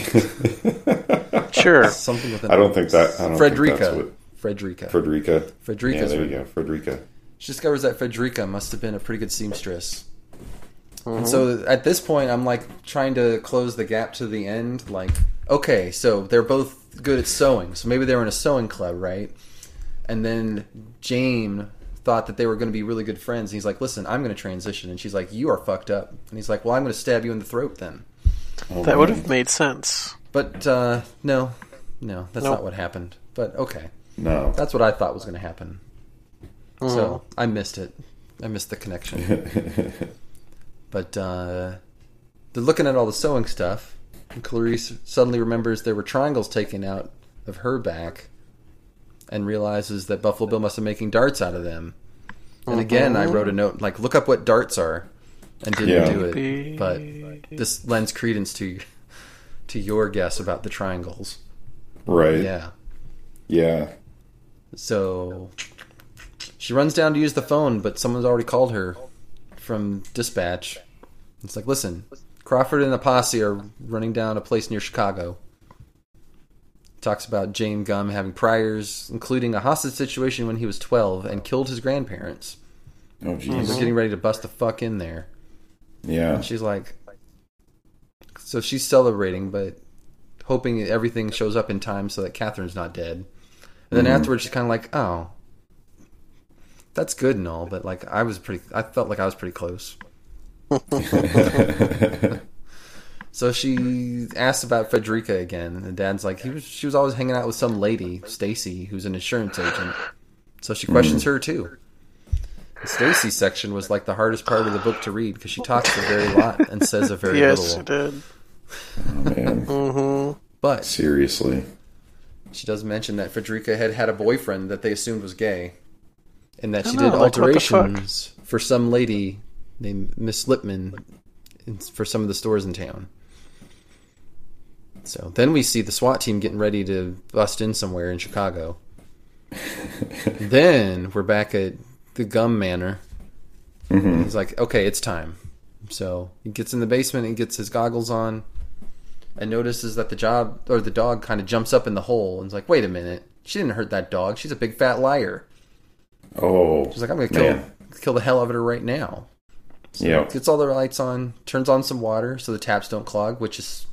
[SPEAKER 3] sure.
[SPEAKER 1] Something with an
[SPEAKER 4] I don't think that. I don't
[SPEAKER 1] Frederica.
[SPEAKER 4] Think that's what,
[SPEAKER 1] Frederica.
[SPEAKER 4] Frederica. Yeah,
[SPEAKER 1] Frederica's
[SPEAKER 4] there
[SPEAKER 1] her
[SPEAKER 4] you go. Frederica.
[SPEAKER 1] she discovers that Frederica must have been a pretty good seamstress. And so at this point, I'm like trying to close the gap to the end. Like, okay, so they're both good at sewing. So maybe they were in a sewing club, right? And then Jane thought that they were going to be really good friends. And he's like, listen, I'm going to transition. And she's like, you are fucked up. And he's like, well, I'm going to stab you in the throat then.
[SPEAKER 4] Oh,
[SPEAKER 3] That would
[SPEAKER 4] man.
[SPEAKER 3] have made sense.
[SPEAKER 1] But uh, no, no, that's
[SPEAKER 3] Nope.
[SPEAKER 1] not what happened. But okay. <laughs>
[SPEAKER 4] no.
[SPEAKER 1] That's what I thought was going to happen. So I missed it. I missed the connection. but uh, they're looking at all the sewing stuff. And Clarice suddenly remembers there were triangles taken out of her back and realizes that Buffalo Bill must have making darts out of them. And again, I wrote a note like, look up what darts are and didn't
[SPEAKER 3] Oh,
[SPEAKER 4] Yeah.
[SPEAKER 1] do it. But this lends credence to to your guess about the triangles.
[SPEAKER 4] Right.
[SPEAKER 1] Yeah.
[SPEAKER 4] Yeah.
[SPEAKER 1] So she runs down to use the phone, but someone's already called her from dispatch. It's like, listen, Crawford and the posse are running down a place near Chicago. Talks about Jane Gum having priors, including a hostage situation when he was 12 and killed his grandparents.
[SPEAKER 4] Oh
[SPEAKER 1] He's
[SPEAKER 4] jeez.
[SPEAKER 1] getting ready to bust the fuck in there.
[SPEAKER 4] Yeah.
[SPEAKER 1] <laughs> And she's like, so she's celebrating, but hoping that everything shows up in time so that Catherine's not dead. And then afterwards, she's kind of like, oh, that's good and all, but like I was pretty, I felt like I was pretty close. so she asks about Frederica again, and Dad's like, he was, she was always hanging out with some lady, Stacy, who's an insurance agent. So she questions her too. Stacy's section was like the hardest part of the book to read because she talks a very lot and says a very
[SPEAKER 3] Yes,
[SPEAKER 1] little.
[SPEAKER 3] it did.
[SPEAKER 4] Oh, man.
[SPEAKER 1] But
[SPEAKER 4] Seriously.
[SPEAKER 1] she does mention that Frederica had had a boyfriend that they assumed was gay, and that she
[SPEAKER 3] know,
[SPEAKER 1] did
[SPEAKER 3] Oh, like, what the fuck?
[SPEAKER 1] alterations for some lady named Miss Lipman in- for some of the stores in town. So then we see the SWAT team getting ready to bust in somewhere in Chicago. then we're back at the Gum Manor. He's like, okay, it's time. So he gets in the basement and gets his goggles on and notices that the job or the dog kind of jumps up in the hole and is like, wait a minute. She didn't hurt that dog. She's a big fat liar.
[SPEAKER 4] Oh.
[SPEAKER 1] She's like, I'm going to kill,
[SPEAKER 4] Man.
[SPEAKER 1] kill the hell out of her right now.
[SPEAKER 4] Yeah.
[SPEAKER 1] Gets all the lights on, turns on some water so the taps don't clog, which is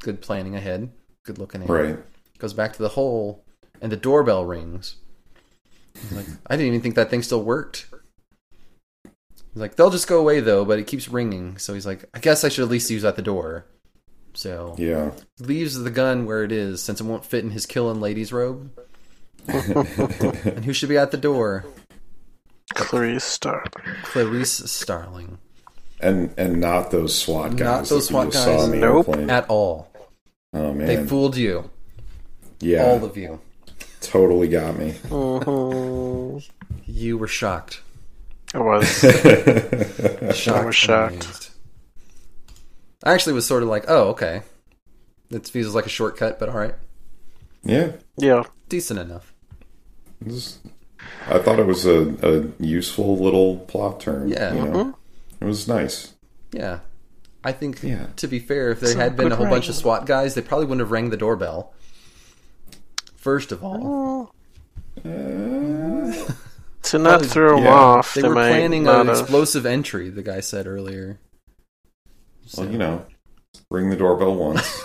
[SPEAKER 1] good planning ahead. Good looking at.
[SPEAKER 4] Right.
[SPEAKER 1] Goes back to the hole and the doorbell rings. He's Like, I didn't even think that thing still worked. He's like, they'll just go away though, but it keeps ringing. So he's like, I guess I should at least use at the door. So
[SPEAKER 4] Yeah.
[SPEAKER 1] leaves the gun where it is since it won't fit in his killing
[SPEAKER 4] <laughs>
[SPEAKER 1] lady's robe. and who should be at the door?
[SPEAKER 3] Clarice Stark.
[SPEAKER 1] Clarice Starling.
[SPEAKER 4] And and not those SWAT guys.
[SPEAKER 1] Not those
[SPEAKER 4] that
[SPEAKER 1] SWAT
[SPEAKER 4] you just saw
[SPEAKER 1] guys.
[SPEAKER 4] on the
[SPEAKER 3] Nope.
[SPEAKER 4] airplane.
[SPEAKER 1] At all.
[SPEAKER 4] Oh man.
[SPEAKER 1] They fooled you.
[SPEAKER 4] yeah.
[SPEAKER 1] All of you.
[SPEAKER 4] totally got
[SPEAKER 1] <laughs>
[SPEAKER 4] me.
[SPEAKER 1] Mm-hmm.
[SPEAKER 3] Mhm.
[SPEAKER 1] You were shocked.
[SPEAKER 3] I was.
[SPEAKER 1] Shocked.
[SPEAKER 3] was
[SPEAKER 1] and
[SPEAKER 3] shocked.
[SPEAKER 1] amazed. I actually was sort of like, oh, okay. It feels like a shortcut, but all right.
[SPEAKER 4] Yeah.
[SPEAKER 3] Yeah.
[SPEAKER 1] Decent enough.
[SPEAKER 4] This- I thought it was a, a useful little plot term.
[SPEAKER 1] Yeah. Uh-huh.
[SPEAKER 4] You know? It was nice.
[SPEAKER 1] Yeah. I think,
[SPEAKER 4] Yeah.
[SPEAKER 1] to be fair, if there had been a whole bunch of SWAT guys, they probably wouldn't have rang the doorbell. First of all. Uh,
[SPEAKER 3] To not throw him
[SPEAKER 4] yeah.
[SPEAKER 3] off,
[SPEAKER 1] They
[SPEAKER 3] they
[SPEAKER 1] were
[SPEAKER 3] might
[SPEAKER 1] planning
[SPEAKER 3] not
[SPEAKER 1] an
[SPEAKER 3] have-
[SPEAKER 1] explosive entry, the guy said earlier.
[SPEAKER 4] Well, you know, ring the doorbell
[SPEAKER 1] <laughs>
[SPEAKER 4] once.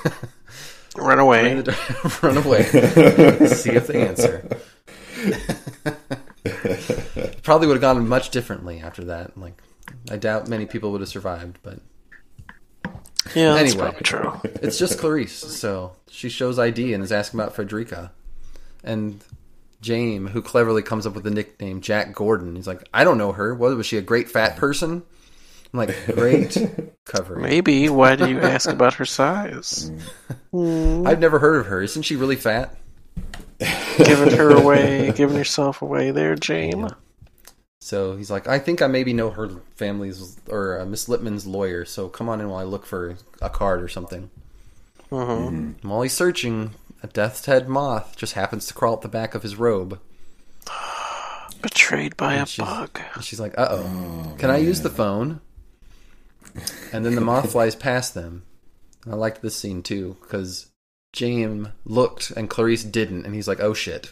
[SPEAKER 3] run away.
[SPEAKER 1] Run the- <laughs> Run away. See if they
[SPEAKER 3] <laughs>
[SPEAKER 1] answer. Probably would have gone much differently after that. Like, I doubt many people would have survived, but
[SPEAKER 3] Yeah, that's
[SPEAKER 1] Anyway.
[SPEAKER 3] probably true.
[SPEAKER 1] it's
[SPEAKER 3] <laughs>
[SPEAKER 1] just Clarice. So she shows ID and is asking about Frederica. And Jame, who cleverly comes up with the nickname Jack Gordon, he's like, I don't know her. What was she, a great fat person?
[SPEAKER 5] I'm like,
[SPEAKER 3] <laughs>
[SPEAKER 5] great covering.
[SPEAKER 3] Maybe.
[SPEAKER 1] <laughs>
[SPEAKER 3] Why do you ask about her size?
[SPEAKER 1] Mm. I've never heard of her. Isn't she really fat?
[SPEAKER 3] giving
[SPEAKER 1] <laughs>
[SPEAKER 3] her away, giving yourself away there, James.
[SPEAKER 1] So he's like, I think I maybe know her family's or uh, Miss Lippman's lawyer. So come on in while I look for a card or something.
[SPEAKER 3] Mhm.
[SPEAKER 1] And while he's searching, a death's head moth just happens to crawl up the back of his robe.
[SPEAKER 3] Betrayed by a
[SPEAKER 1] she's-
[SPEAKER 3] bug.
[SPEAKER 1] And she's like, uh oh, can I use the phone? And then the moth flies past them. And I liked this scene too because James looked and Clarice didn't, and he's like, oh shit,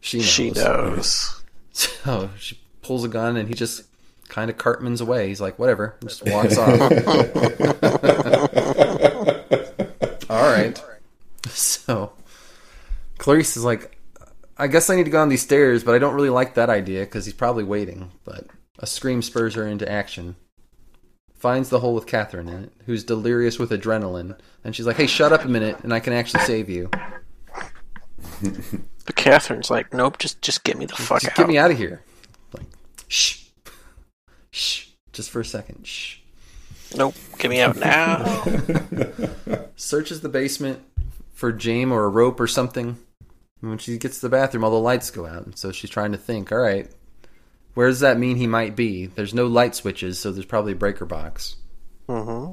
[SPEAKER 1] she knows.
[SPEAKER 3] She knows.
[SPEAKER 1] <laughs> So she pulls a gun, and he just kind of Cartman's away. He's like, whatever, and just walks off. <laughs> All right. So Clarice is like, I guess I need to go down these stairs, but I don't really like that idea because he's probably waiting. But a scream spurs her into action. Finds the hole with Catherine in it, who's delirious with adrenaline, and she's like, "Hey, shut up a minute, and I can actually save you.
[SPEAKER 3] But Catherine's like, nope, just just get me the fuck
[SPEAKER 1] Just
[SPEAKER 3] out.
[SPEAKER 1] get me out of here." Like, shh, shh, just for a second, shh.
[SPEAKER 3] Nope, get me out
[SPEAKER 1] <laughs>
[SPEAKER 3] now.
[SPEAKER 1] searches the basement for Jame or a rope or something. And when she gets to the bathroom, all the lights go out. And so she's trying to think, all right, where does that mean he might be? There's no light switches, so there's probably a breaker box.
[SPEAKER 3] hmm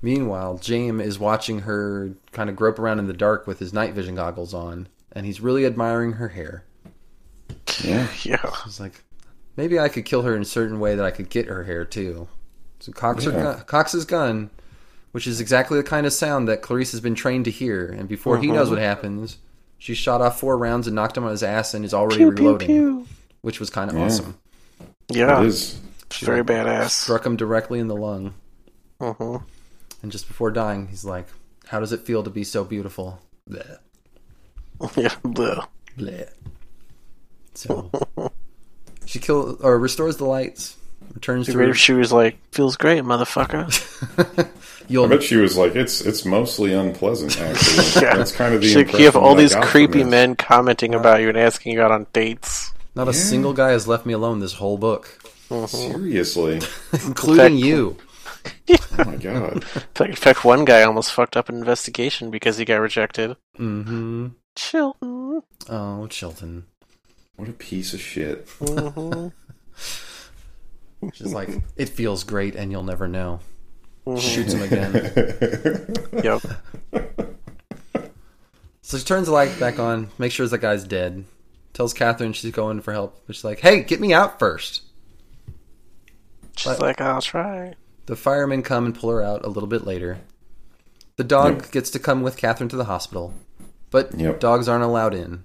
[SPEAKER 1] Meanwhile, Jame is watching her kind of grope around in the dark with his night vision goggles on, and he's really admiring her hair.
[SPEAKER 4] Yeah.
[SPEAKER 3] Yeah.
[SPEAKER 1] He's like, maybe I could kill her in a certain way that I could get her hair too. So Cox her gu- Cox's gun, which is exactly the kind of sound that Clarice has been trained to hear, and before he knows what happens, she shot off four rounds and knocked him on his ass and is already
[SPEAKER 3] Pew pew
[SPEAKER 1] reloading,
[SPEAKER 3] pew.
[SPEAKER 1] which was kind of awesome.
[SPEAKER 3] Yeah,
[SPEAKER 4] It
[SPEAKER 3] it's
[SPEAKER 4] is.
[SPEAKER 3] very badass.
[SPEAKER 1] Struck him directly in the lung,
[SPEAKER 3] hmm
[SPEAKER 1] and just before dying, he's like, "How does it feel to be so beautiful?" Blech.
[SPEAKER 3] <laughs> Yeah, bleh.
[SPEAKER 1] Blech. So
[SPEAKER 3] <laughs>
[SPEAKER 1] she kills or restores the lights, returns
[SPEAKER 3] Be great if
[SPEAKER 1] to.
[SPEAKER 3] she was like, feels
[SPEAKER 4] <laughs>
[SPEAKER 3] great, motherfucker.
[SPEAKER 1] Her,
[SPEAKER 4] I
[SPEAKER 1] you'll
[SPEAKER 4] bet she was like, it's it's mostly unpleasant. Actually,
[SPEAKER 3] <laughs> Yeah.
[SPEAKER 4] that's kind of the.
[SPEAKER 3] She's like, you
[SPEAKER 4] impression
[SPEAKER 3] have all
[SPEAKER 4] that I
[SPEAKER 3] these
[SPEAKER 4] got from
[SPEAKER 3] creepy
[SPEAKER 4] this.
[SPEAKER 3] men commenting about you and asking you out on dates.
[SPEAKER 1] Not a single guy has left me alone this whole book, <laughs>
[SPEAKER 4] Seriously,
[SPEAKER 1] including you.
[SPEAKER 4] oh my god.
[SPEAKER 3] In fact- in fact, one guy almost fucked up an investigation because he got rejected.
[SPEAKER 1] hmm
[SPEAKER 3] Chilton.
[SPEAKER 1] Oh, Chilton.
[SPEAKER 4] What a piece of
[SPEAKER 1] <laughs>
[SPEAKER 4] shit. <laughs>
[SPEAKER 3] Mhm.
[SPEAKER 1] She's like, it feels great, and you'll never know. Shoots him again.
[SPEAKER 3] yep.
[SPEAKER 4] <laughs>
[SPEAKER 1] so she turns the light back on, makes sure that guy's dead. Tells Catherine she's going for help, but she's like, "Hey, get me out first.
[SPEAKER 3] She's
[SPEAKER 1] But-
[SPEAKER 3] like, I'll try.
[SPEAKER 1] The firemen come and pull her out a little bit later. The dog gets to come with Catherine to the hospital, but
[SPEAKER 4] Yep.
[SPEAKER 1] dogs aren't allowed in.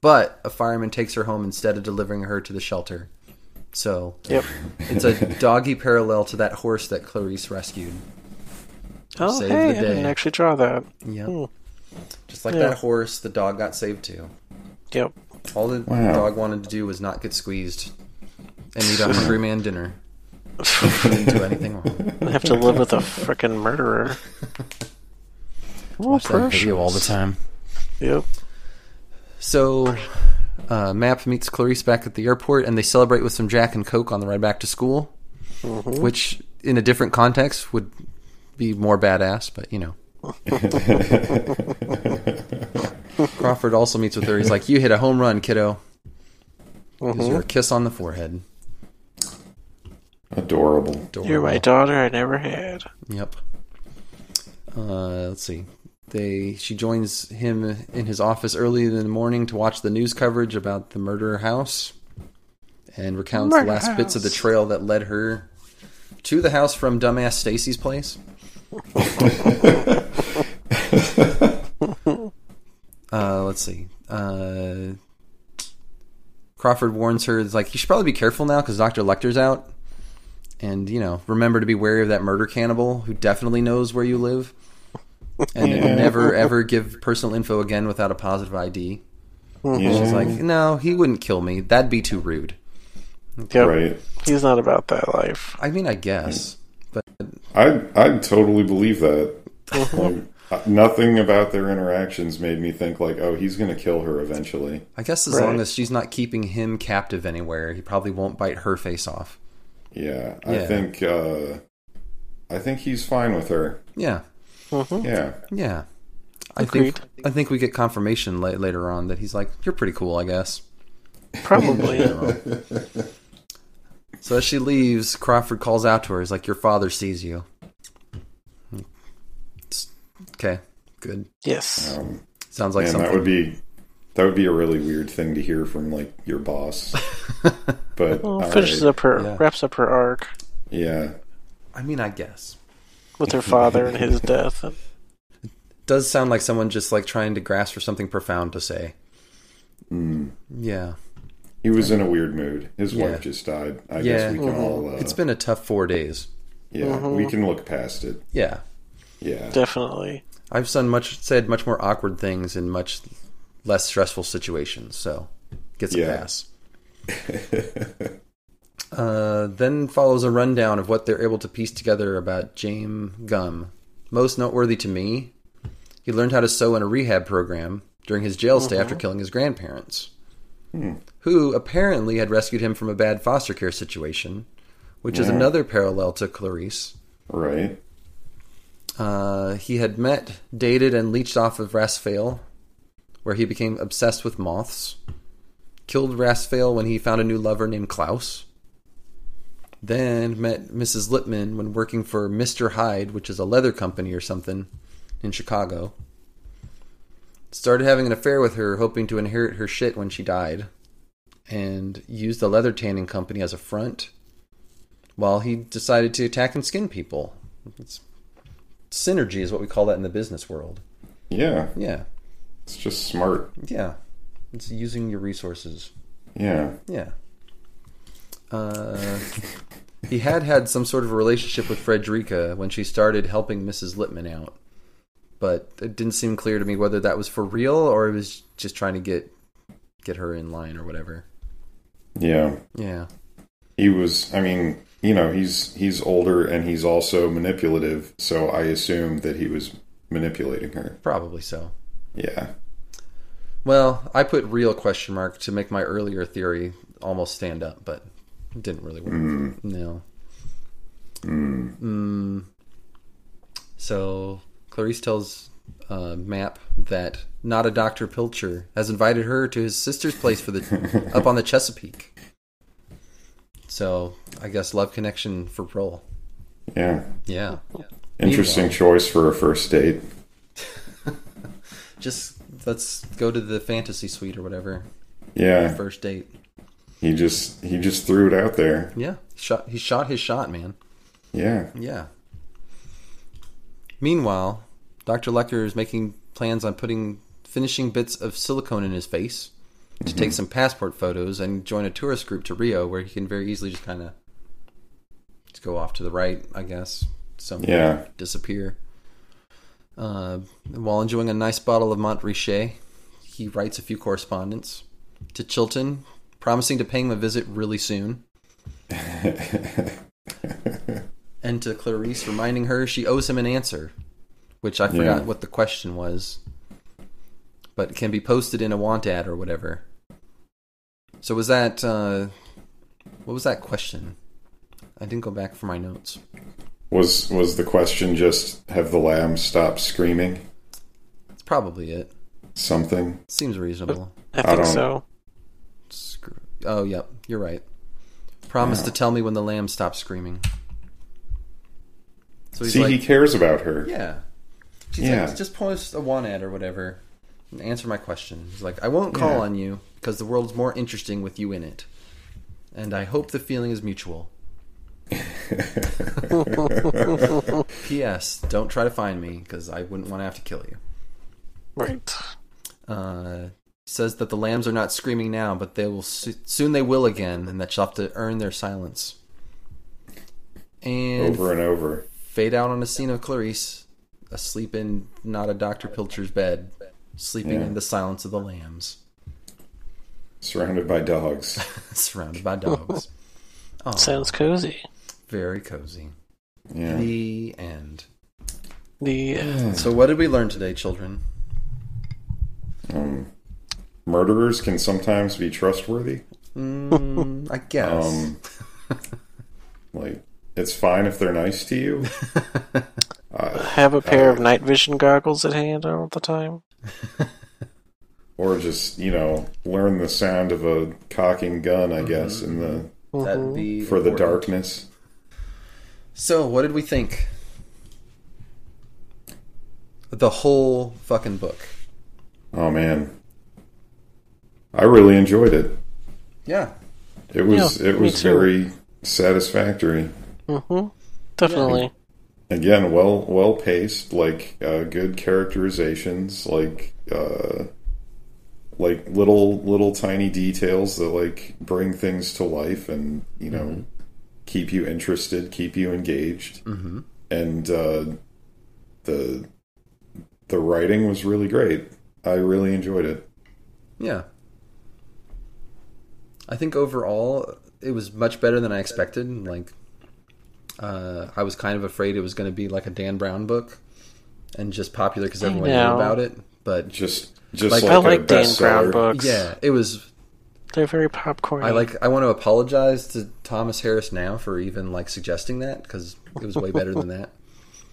[SPEAKER 1] But a fireman takes her home instead of delivering her to the shelter. So
[SPEAKER 3] Yep.
[SPEAKER 1] It's a doggy parallel to that horse that Clarice rescued.
[SPEAKER 3] Oh,
[SPEAKER 1] Save
[SPEAKER 3] hey, I
[SPEAKER 1] the
[SPEAKER 3] didn't
[SPEAKER 1] day.
[SPEAKER 3] actually draw that.
[SPEAKER 1] Yeah.
[SPEAKER 3] Hmm.
[SPEAKER 1] Just like
[SPEAKER 3] Yeah.
[SPEAKER 1] that horse, the dog got saved too.
[SPEAKER 3] <laughs> Yep.
[SPEAKER 1] All the
[SPEAKER 4] Wow.
[SPEAKER 1] dog wanted to do was not get squeezed and eat a hungry man dinner. Didn't do anything wrong.
[SPEAKER 3] I have to
[SPEAKER 4] <laughs>
[SPEAKER 3] live with a freaking murderer.
[SPEAKER 1] <laughs> Watch that video all the time.
[SPEAKER 3] Yep.
[SPEAKER 1] So, uh, Map meets Clarice back at the airport, and they celebrate with some Jack and Coke on the ride back to school, which, in a different context, would be more badass. But you know, Crawford also meets with her. He's like, "You hit a home run, kiddo."
[SPEAKER 3] Mm-hmm.
[SPEAKER 1] Gives her a kiss on the forehead.
[SPEAKER 4] Adorable.
[SPEAKER 3] You're my daughter I never had.
[SPEAKER 1] Yep. Uh, let's see. They she joins him in his office early in the morning to watch the news coverage about the murderer house, and recounts
[SPEAKER 3] Murder
[SPEAKER 1] the last bits of the
[SPEAKER 3] house.
[SPEAKER 1] trail that led her to the house from dumbass Stacy's
[SPEAKER 3] <laughs>
[SPEAKER 1] place. uh, let's see. Uh, Crawford warns her, "It's like you should probably be careful now because Doctor Lecter's out." and you know remember to be wary of that murder cannibal who definitely knows where you live and never ever give personal info again without a positive id
[SPEAKER 3] Mm-hmm.
[SPEAKER 4] Yeah.
[SPEAKER 1] she's like no he wouldn't kill me that'd be too rude
[SPEAKER 3] Yep.
[SPEAKER 4] right.
[SPEAKER 3] He's not about that life.
[SPEAKER 1] i mean i guess but
[SPEAKER 4] I I totally believe
[SPEAKER 1] <laughs>
[SPEAKER 4] that. Like, uh, nothing about their interactions made me think like, oh, he's gonna kill her eventually.
[SPEAKER 1] i guess as
[SPEAKER 3] Right.
[SPEAKER 1] long as she's not keeping him captive anywhere he probably won't bite her face off
[SPEAKER 4] Yeah,
[SPEAKER 1] Yeah.
[SPEAKER 4] I think uh, I think he's fine with her.
[SPEAKER 1] Yeah, Mm.
[SPEAKER 3] Mhm.
[SPEAKER 4] Yeah,
[SPEAKER 1] yeah. I
[SPEAKER 3] Agreed.
[SPEAKER 1] think I think we get confirmation la- later on that he's like, "You're pretty cool, I guess."
[SPEAKER 4] <laughs>
[SPEAKER 3] Probably.
[SPEAKER 1] So as she leaves, Crawford calls out to her. He's like, "Your father sees you." It's- okay, good.
[SPEAKER 3] yes.
[SPEAKER 4] um,
[SPEAKER 1] Sounds like
[SPEAKER 4] and
[SPEAKER 1] something.
[SPEAKER 4] that would be that would be a really weird thing to hear from like your
[SPEAKER 1] <laughs>
[SPEAKER 4] boss. But
[SPEAKER 3] Well,
[SPEAKER 4] all
[SPEAKER 3] finishes
[SPEAKER 4] right.
[SPEAKER 3] up her
[SPEAKER 1] Yeah.
[SPEAKER 3] wraps up her arc
[SPEAKER 4] yeah,
[SPEAKER 1] I mean, I guess.
[SPEAKER 3] with her father and
[SPEAKER 4] <laughs>
[SPEAKER 3] his death. And
[SPEAKER 1] does sound like someone just like trying to grasp for something profound to say.
[SPEAKER 4] Mm.
[SPEAKER 1] Yeah.
[SPEAKER 4] he was in a weird mood. His
[SPEAKER 1] Yeah.
[SPEAKER 4] wife just died. I
[SPEAKER 1] Yeah. Mm-hmm.
[SPEAKER 4] guess we can all. Uh,
[SPEAKER 1] It's been Mm-hmm. a tough four days.
[SPEAKER 4] yeah, we can look past it.
[SPEAKER 1] Yeah.
[SPEAKER 4] Yeah,
[SPEAKER 3] definitely.
[SPEAKER 1] I've said much said much more awkward things in much less stressful situations, so gets a
[SPEAKER 4] Yeah.
[SPEAKER 1] pass. uh, then follows a rundown of what they're able to piece together about James Gum. Most noteworthy to me, he learned how to sew in a rehab program during his jail stay after killing his grandparents, who apparently had rescued him from a bad foster care situation, which is another parallel to Clarice.
[SPEAKER 4] <laughs> right.
[SPEAKER 1] Uh, he had met, dated, and leached off of Rasfael, where he became obsessed with moths. Killed Rasfael when he found a new lover named Klaus. Then met Mrs. Lippman when working for Mr. Hyde, which is a leather company or something in Chicago. Started having an affair with her, hoping to inherit her shit when she died. And used the leather tanning company as a front while he decided to attack and skin people. It's synergy is what we call that in the business world.
[SPEAKER 4] Yeah,
[SPEAKER 1] Yeah.
[SPEAKER 4] it's just smart.
[SPEAKER 1] Yeah. It's using your resources.
[SPEAKER 4] Yeah,
[SPEAKER 1] Yeah. Uh, he had had some sort of a relationship with Frederica when she started helping Mrs. Lippman out, but it didn't seem clear to me whether that was for real or it was just trying to get get her in line or whatever.
[SPEAKER 4] yeah.
[SPEAKER 1] Yeah.
[SPEAKER 4] he was i mean you know he's he's older and he's also manipulative so i assume that he was manipulating her
[SPEAKER 1] Probably so.
[SPEAKER 4] yeah
[SPEAKER 1] Well, I put real question mark to make my earlier theory almost stand up, but it didn't really work.
[SPEAKER 4] Hmm.
[SPEAKER 1] No. Mm. So Clarice tells uh, Map that not a Doctor Pilcher has invited her to his sister's place for
[SPEAKER 4] <laughs>
[SPEAKER 1] the up on the Chesapeake. So I guess love connection for Roll.
[SPEAKER 4] yeah
[SPEAKER 1] Yeah.
[SPEAKER 4] interesting choice for a first date
[SPEAKER 1] Just let's go to the fantasy suite or whatever
[SPEAKER 4] yeah
[SPEAKER 1] first date.
[SPEAKER 4] he just he just threw it out there
[SPEAKER 1] Yeah, shot. He shot his shot, man.
[SPEAKER 4] yeah
[SPEAKER 1] Yeah. Meanwhile, Dr. Lecker is making plans on putting finishing bits of silicone in his face to take some passport photos and join a tourist group to Rio where he can very easily just kind of just go off to the right, I guess, somewhere,
[SPEAKER 4] Yeah. <laughs>
[SPEAKER 1] disappear. Uh, while enjoying a nice bottle of Montrichet, he writes a few correspondence to Chilton, promising to pay him a visit really soon and to Clarice, reminding her she owes him an answer, which I forgot
[SPEAKER 4] Yeah.
[SPEAKER 1] what the question was, but it can be posted in a want ad or whatever. So was that uh, what was that question? I didn't go back for my notes.
[SPEAKER 4] was was the question just have the lamb stop screaming
[SPEAKER 1] That's probably it.
[SPEAKER 4] something
[SPEAKER 1] Seems reasonable.
[SPEAKER 3] I
[SPEAKER 4] I
[SPEAKER 3] think
[SPEAKER 4] don't-
[SPEAKER 3] so.
[SPEAKER 1] Screw- oh, yep, you're right. Promise to tell me when the lamb stops screaming. So he's
[SPEAKER 4] see
[SPEAKER 1] like,
[SPEAKER 4] he cares about her
[SPEAKER 1] Yeah. She's
[SPEAKER 4] Yeah.
[SPEAKER 1] like, just post a one ad or whatever. And answer my question. He's like, I won't call
[SPEAKER 4] Yeah.
[SPEAKER 1] on you because the world's more interesting with you in it. And I hope the feeling is mutual. P.S. Don't try to find me because I wouldn't want to have to kill you.
[SPEAKER 3] Right.
[SPEAKER 1] Uh, says that the lambs are not screaming now, but they will so- soon. They will again, and that she'll have to earn their silence. And
[SPEAKER 4] <laughs> over and over
[SPEAKER 1] fade out on a scene of Clarice asleep in not a Dr. Pilcher's bed, sleeping
[SPEAKER 4] Yeah.
[SPEAKER 1] in the silence of the lambs,
[SPEAKER 4] surrounded by
[SPEAKER 1] <laughs>
[SPEAKER 4] dogs
[SPEAKER 1] surrounded
[SPEAKER 4] <laughs>
[SPEAKER 1] by dogs. Oh,
[SPEAKER 3] Sounds cozy.
[SPEAKER 1] very cozy.
[SPEAKER 4] yeah
[SPEAKER 1] The end.
[SPEAKER 3] The uh,
[SPEAKER 1] So, what did we learn today, children?
[SPEAKER 4] Um, murderers can <laughs>
[SPEAKER 1] Hmm,
[SPEAKER 4] sometimes be trustworthy
[SPEAKER 1] Mm, I guess.
[SPEAKER 4] Um, <laughs> Like, it's fine if they're nice to
[SPEAKER 3] <laughs>
[SPEAKER 4] you. Uh,
[SPEAKER 3] Have a pair of
[SPEAKER 4] uh,
[SPEAKER 3] night vision goggles at hand all the time.
[SPEAKER 4] or just you know learn the sound of a cocking gun,
[SPEAKER 3] Mm-hmm.
[SPEAKER 4] I guess, in the
[SPEAKER 5] That would
[SPEAKER 3] Mhm.
[SPEAKER 5] be
[SPEAKER 4] for the
[SPEAKER 5] important.
[SPEAKER 4] darkness.
[SPEAKER 1] So, what did we think? The whole fucking book.
[SPEAKER 4] Oh man, I really enjoyed it.
[SPEAKER 1] Yeah.
[SPEAKER 4] It was
[SPEAKER 3] Yeah,
[SPEAKER 4] it
[SPEAKER 3] me
[SPEAKER 4] was
[SPEAKER 3] too.
[SPEAKER 4] very satisfactory.
[SPEAKER 3] Mhm. Definitely.
[SPEAKER 4] Again, well well paced, like uh, good characterizations, like uh, like little little tiny details that like bring things to life and you know keep you interested, keep you engaged,
[SPEAKER 1] Mm-hmm.
[SPEAKER 4] and uh, the the writing was really great. I really enjoyed it.
[SPEAKER 1] Yeah. I think overall it was much better than I expected. Like, uh, I was kind of afraid it was going to be like a Dan Brown book and just popular because
[SPEAKER 3] I
[SPEAKER 1] everyone knew
[SPEAKER 3] know.
[SPEAKER 1] about it. But
[SPEAKER 4] Just just
[SPEAKER 1] Like-
[SPEAKER 4] like,
[SPEAKER 1] I
[SPEAKER 4] a
[SPEAKER 3] like Dan Brown
[SPEAKER 4] bestseller.
[SPEAKER 3] books.
[SPEAKER 1] yeah, it was.
[SPEAKER 3] They're very popcorn.
[SPEAKER 1] I like. I want to apologize to Thomas Harris now for even like suggesting that because it was way better than that.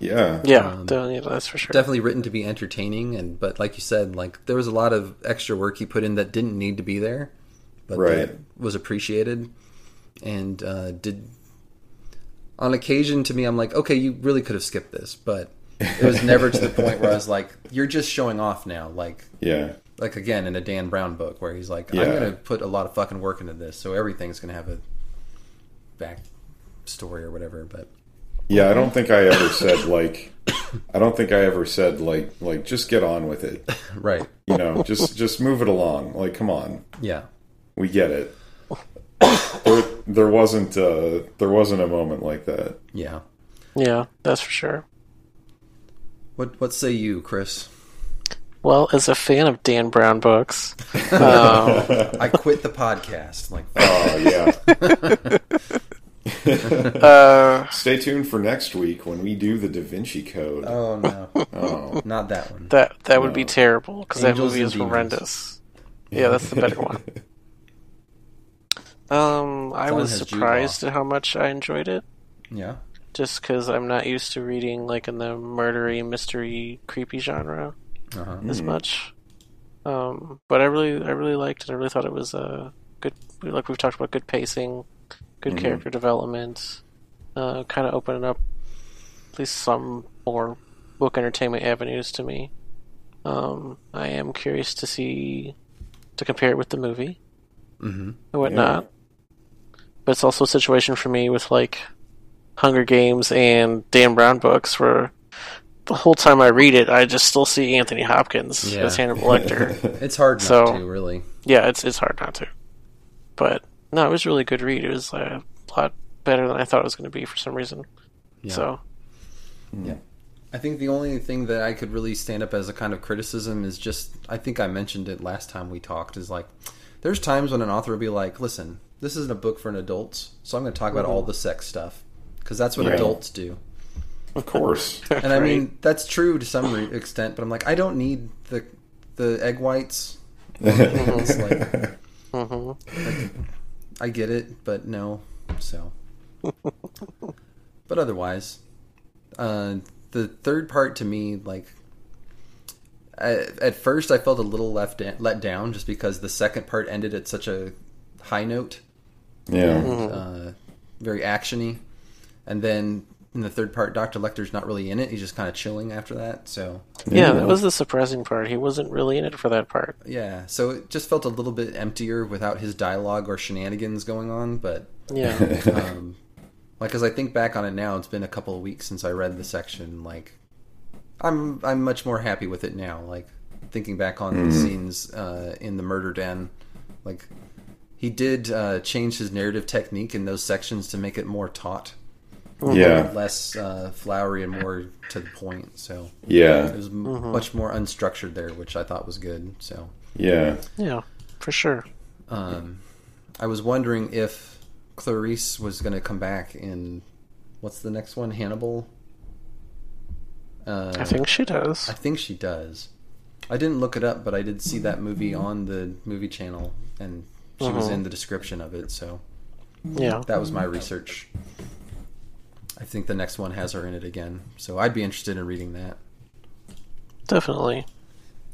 [SPEAKER 4] Yeah,
[SPEAKER 3] Yeah,
[SPEAKER 1] um,
[SPEAKER 3] don't- yeah, that's for sure.
[SPEAKER 1] Definitely written to be entertaining, and but like you said, like there was a lot of extra work he put in that didn't need to be there, but
[SPEAKER 4] Right.
[SPEAKER 1] that was appreciated, and uh, did. On occasion, to me, I'm like, okay, you really could have skipped this, but it was never to the point where I was like, you're just showing off now, like
[SPEAKER 4] yeah.
[SPEAKER 1] like again in a Dan Brown book where he's like, I'm
[SPEAKER 4] Yeah.
[SPEAKER 1] gonna put a lot of fucking work into this, so everything's gonna have a back story or whatever. But
[SPEAKER 4] Yeah, I don't think I ever said like I don't think I ever said like like just get on with it.
[SPEAKER 1] right,
[SPEAKER 4] You know, just just move it along. Like come on.
[SPEAKER 1] yeah,
[SPEAKER 4] We get it. There, there wasn't uh there wasn't a moment like that.
[SPEAKER 1] yeah.
[SPEAKER 3] Yeah, that's for sure.
[SPEAKER 1] What what say you, Chris?
[SPEAKER 3] Well, as a fan of Dan
[SPEAKER 4] <laughs>
[SPEAKER 3] Brown books, um,
[SPEAKER 1] I quit the podcast. Like, <laughs>
[SPEAKER 4] Oh yeah.
[SPEAKER 3] uh,
[SPEAKER 4] Stay tuned for next week when we do the Da Vinci Code.
[SPEAKER 1] oh no,
[SPEAKER 4] Oh.
[SPEAKER 1] not that one.
[SPEAKER 3] that that would be terrible because that
[SPEAKER 1] Angels
[SPEAKER 3] movie
[SPEAKER 1] and
[SPEAKER 3] is
[SPEAKER 1] Demons.
[SPEAKER 3] horrendous. Yeah, that's the
[SPEAKER 1] <laughs>
[SPEAKER 3] better one. Um, I
[SPEAKER 1] That one
[SPEAKER 3] was
[SPEAKER 1] has Jude Law.
[SPEAKER 3] surprised at how much I enjoyed it,
[SPEAKER 1] Yeah,
[SPEAKER 3] just because I'm not used to reading like in the murdery, mystery, creepy genre
[SPEAKER 1] uh-huh.
[SPEAKER 3] as much. Um, but I really, I really liked it. I really thought it was a good, like we've talked about, good pacing, good character development, uh, kind of opening up at least some more book entertainment avenues to me. Um, I am curious to see to compare it with the movie
[SPEAKER 1] Mhm.
[SPEAKER 3] and whatnot. But it's also a situation for me with like Hunger Games and Dan Brown books where the whole time I read it, I just still see Anthony Hopkins
[SPEAKER 1] Yeah.
[SPEAKER 3] as Hannibal
[SPEAKER 1] <laughs>
[SPEAKER 3] Lecter.
[SPEAKER 1] it's hard not
[SPEAKER 3] So-
[SPEAKER 1] to really.
[SPEAKER 3] yeah, it's it's hard not to. But no, it was a really good read. It was uh, a lot better than I thought it was going to be for some reason.
[SPEAKER 1] Yeah.
[SPEAKER 3] So
[SPEAKER 1] I think the only thing that I could really stand up as a kind of criticism is just I think I mentioned it last time we talked is like there's times when an author will be like, "Listen, this isn't a book for an adults, so I'm going to talk about all the sex stuff because that's what
[SPEAKER 4] Yeah.
[SPEAKER 1] adults do."
[SPEAKER 4] Of course.
[SPEAKER 1] <laughs> And I mean, that's true to some re- extent, but I'm like, I don't need the the egg whites. It's like,
[SPEAKER 3] hmm
[SPEAKER 1] I get it, but no. So, but otherwise, uh, the third part to me, like, I, at first I felt a little left da- let down just because the second part ended at such a high note,
[SPEAKER 4] <laughs> Yeah.
[SPEAKER 1] uh, very actiony, and then in the third part, Doctor Lecter's not really in it; he's just kind of chilling after that. So,
[SPEAKER 3] yeah, that was the surprising part. He wasn't really in it for that part.
[SPEAKER 1] yeah, so it just felt a little bit emptier without his dialogue or shenanigans going on, but.
[SPEAKER 3] Yeah,
[SPEAKER 1] <laughs> um, like as I think back on it now, it's been a couple of weeks since I read the section. Like, I'm I'm much more happy with it now. Like thinking back on the scenes uh, in the murder den, like he did uh, change his narrative technique in those sections to make it more taut,
[SPEAKER 4] Yeah.
[SPEAKER 1] less uh, flowery, and more to the point. So it
[SPEAKER 4] Yeah.
[SPEAKER 1] was m much more unstructured there, which I thought was good. So
[SPEAKER 4] Yeah.
[SPEAKER 3] yeah, for sure.
[SPEAKER 1] um, I was wondering if Clarice was going to come back in what's the next one? Hannibal. Uh,
[SPEAKER 3] I think she
[SPEAKER 1] I
[SPEAKER 3] does.
[SPEAKER 1] think she does. I didn't look it up, but I did see that movie on the movie channel, Uh-huh. and she was in the description of it. So
[SPEAKER 3] Yeah,
[SPEAKER 1] that was my research. I think the next one has her in it again. So I'd be interested in reading that.
[SPEAKER 3] Definitely.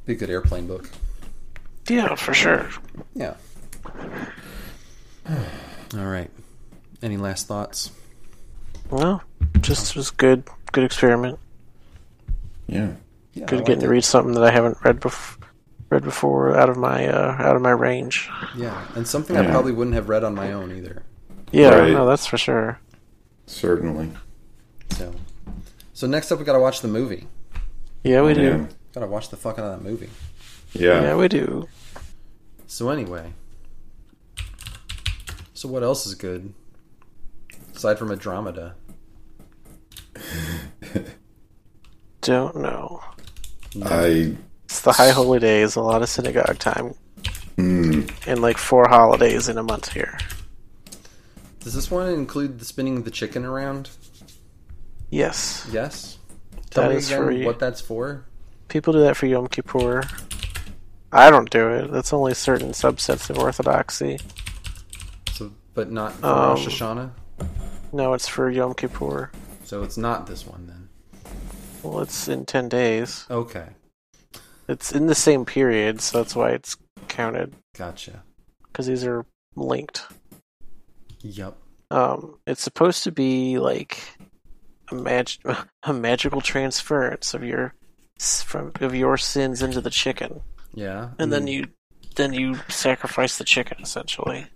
[SPEAKER 1] Be a good airplane book.
[SPEAKER 3] Yeah, for sure.
[SPEAKER 1] Yeah. <sighs> All right. Any last thoughts?
[SPEAKER 3] Well, just was good. Good experiment.
[SPEAKER 4] Yeah.
[SPEAKER 1] Yeah,
[SPEAKER 3] Good
[SPEAKER 1] I
[SPEAKER 3] getting to
[SPEAKER 1] liked
[SPEAKER 3] read something that I haven't read before. Read before out of my uh, out of my range.
[SPEAKER 1] it. Yeah, and something I
[SPEAKER 4] Yeah.
[SPEAKER 1] probably wouldn't have read on my own either.
[SPEAKER 3] Yeah,
[SPEAKER 4] Right.
[SPEAKER 3] no, that's for sure.
[SPEAKER 4] Certainly.
[SPEAKER 1] So, so next up we gotta watch the movie.
[SPEAKER 3] Yeah, we
[SPEAKER 4] Yeah.
[SPEAKER 3] do.
[SPEAKER 1] Gotta watch the fuck out of that movie.
[SPEAKER 4] Yeah.
[SPEAKER 3] Yeah, we do.
[SPEAKER 1] So anyway, so what else is good aside from Andromeda?
[SPEAKER 3] Don't know.
[SPEAKER 4] I
[SPEAKER 3] It's the high holy days, a lot of synagogue time,
[SPEAKER 4] mm,
[SPEAKER 3] and like four holidays in a month here.
[SPEAKER 1] Does this one include the spinning the chicken around?
[SPEAKER 3] Yes,
[SPEAKER 1] Yes. Tell
[SPEAKER 3] That
[SPEAKER 1] me
[SPEAKER 3] is for
[SPEAKER 1] again
[SPEAKER 3] you.
[SPEAKER 1] what that's for.
[SPEAKER 3] people do that for Yom Kippur. I don't do it. That's only certain subsets of Orthodoxy.
[SPEAKER 1] So, but not for
[SPEAKER 3] Um,
[SPEAKER 1] Rosh Hashanah.
[SPEAKER 3] No, it's for Yom Kippur.
[SPEAKER 1] So it's not this one then.
[SPEAKER 3] Well, it's in ten days.
[SPEAKER 1] Okay,
[SPEAKER 3] It's in the same period, so that's why it's counted
[SPEAKER 1] gotcha.
[SPEAKER 3] because these are linked.
[SPEAKER 1] Yep.
[SPEAKER 3] Um, it's supposed to be like a mag- <laughs> a magical transference of your s- from of your sins into the chicken,
[SPEAKER 1] Yeah.
[SPEAKER 3] and then you then you sacrifice the chicken essentially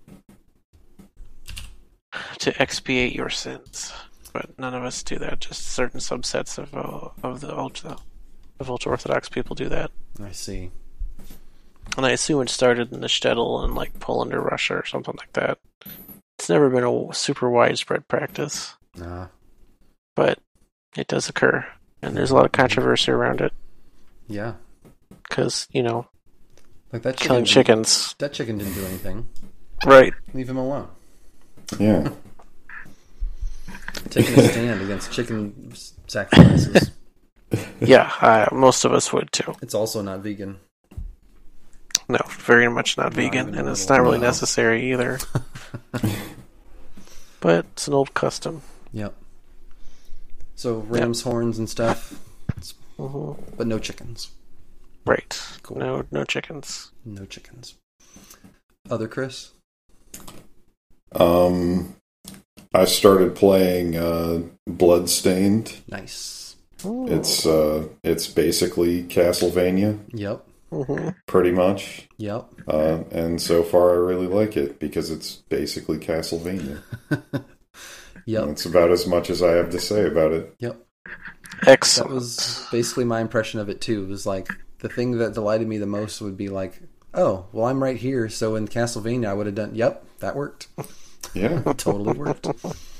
[SPEAKER 3] to expiate your sins. But none of us do that. Just certain subsets of uh, of the ultra of ultra orthodox people do that.
[SPEAKER 1] I see.
[SPEAKER 3] And I assume it started in the shtetl in like Poland or Russia or something like that. It's never been a w- super widespread practice.
[SPEAKER 1] Nah.
[SPEAKER 3] but it does occur, and there's a lot of controversy around it
[SPEAKER 1] Yeah.
[SPEAKER 3] because you know
[SPEAKER 1] Like that chicken.
[SPEAKER 3] killing
[SPEAKER 1] didn't-
[SPEAKER 3] chickens,
[SPEAKER 1] That chicken didn't do anything.
[SPEAKER 3] right?
[SPEAKER 1] Leave him alone.
[SPEAKER 4] yeah.
[SPEAKER 1] Taking a
[SPEAKER 3] <laughs>
[SPEAKER 1] stand against chicken s- sacrifices.
[SPEAKER 3] Yeah, <laughs> I, most of us would too.
[SPEAKER 1] It's also not vegan.
[SPEAKER 3] No, very much not
[SPEAKER 1] even
[SPEAKER 3] vegan,
[SPEAKER 1] a
[SPEAKER 3] and it's
[SPEAKER 1] little.
[SPEAKER 3] not really
[SPEAKER 4] No.
[SPEAKER 1] <laughs>
[SPEAKER 3] necessary either. but it's an old custom.
[SPEAKER 1] Yep. So ram's horns and stuff,
[SPEAKER 3] hmm
[SPEAKER 1] but no chickens.
[SPEAKER 3] Right?
[SPEAKER 1] Cool.
[SPEAKER 3] No, no chickens.
[SPEAKER 1] No chickens. Other Chris.
[SPEAKER 4] <laughs> Um, I started playing uh, Bloodstained.
[SPEAKER 1] Nice.
[SPEAKER 4] It's uh, it's basically Castlevania,
[SPEAKER 1] Yep.
[SPEAKER 3] hmm
[SPEAKER 4] pretty much.
[SPEAKER 1] Yep. <laughs>
[SPEAKER 4] Uh, and so far, I really like it because it's basically Castlevania.
[SPEAKER 1] Yep.
[SPEAKER 4] That's about as much as I have to say about it.
[SPEAKER 1] Yep. That
[SPEAKER 3] Excellent.
[SPEAKER 1] was basically my impression of it too. It was like the thing that delighted me the most would be like, oh, well, I'm right here, so in Castlevania, I would have done. Yep, that worked.
[SPEAKER 4] Yeah,
[SPEAKER 1] Totally worked.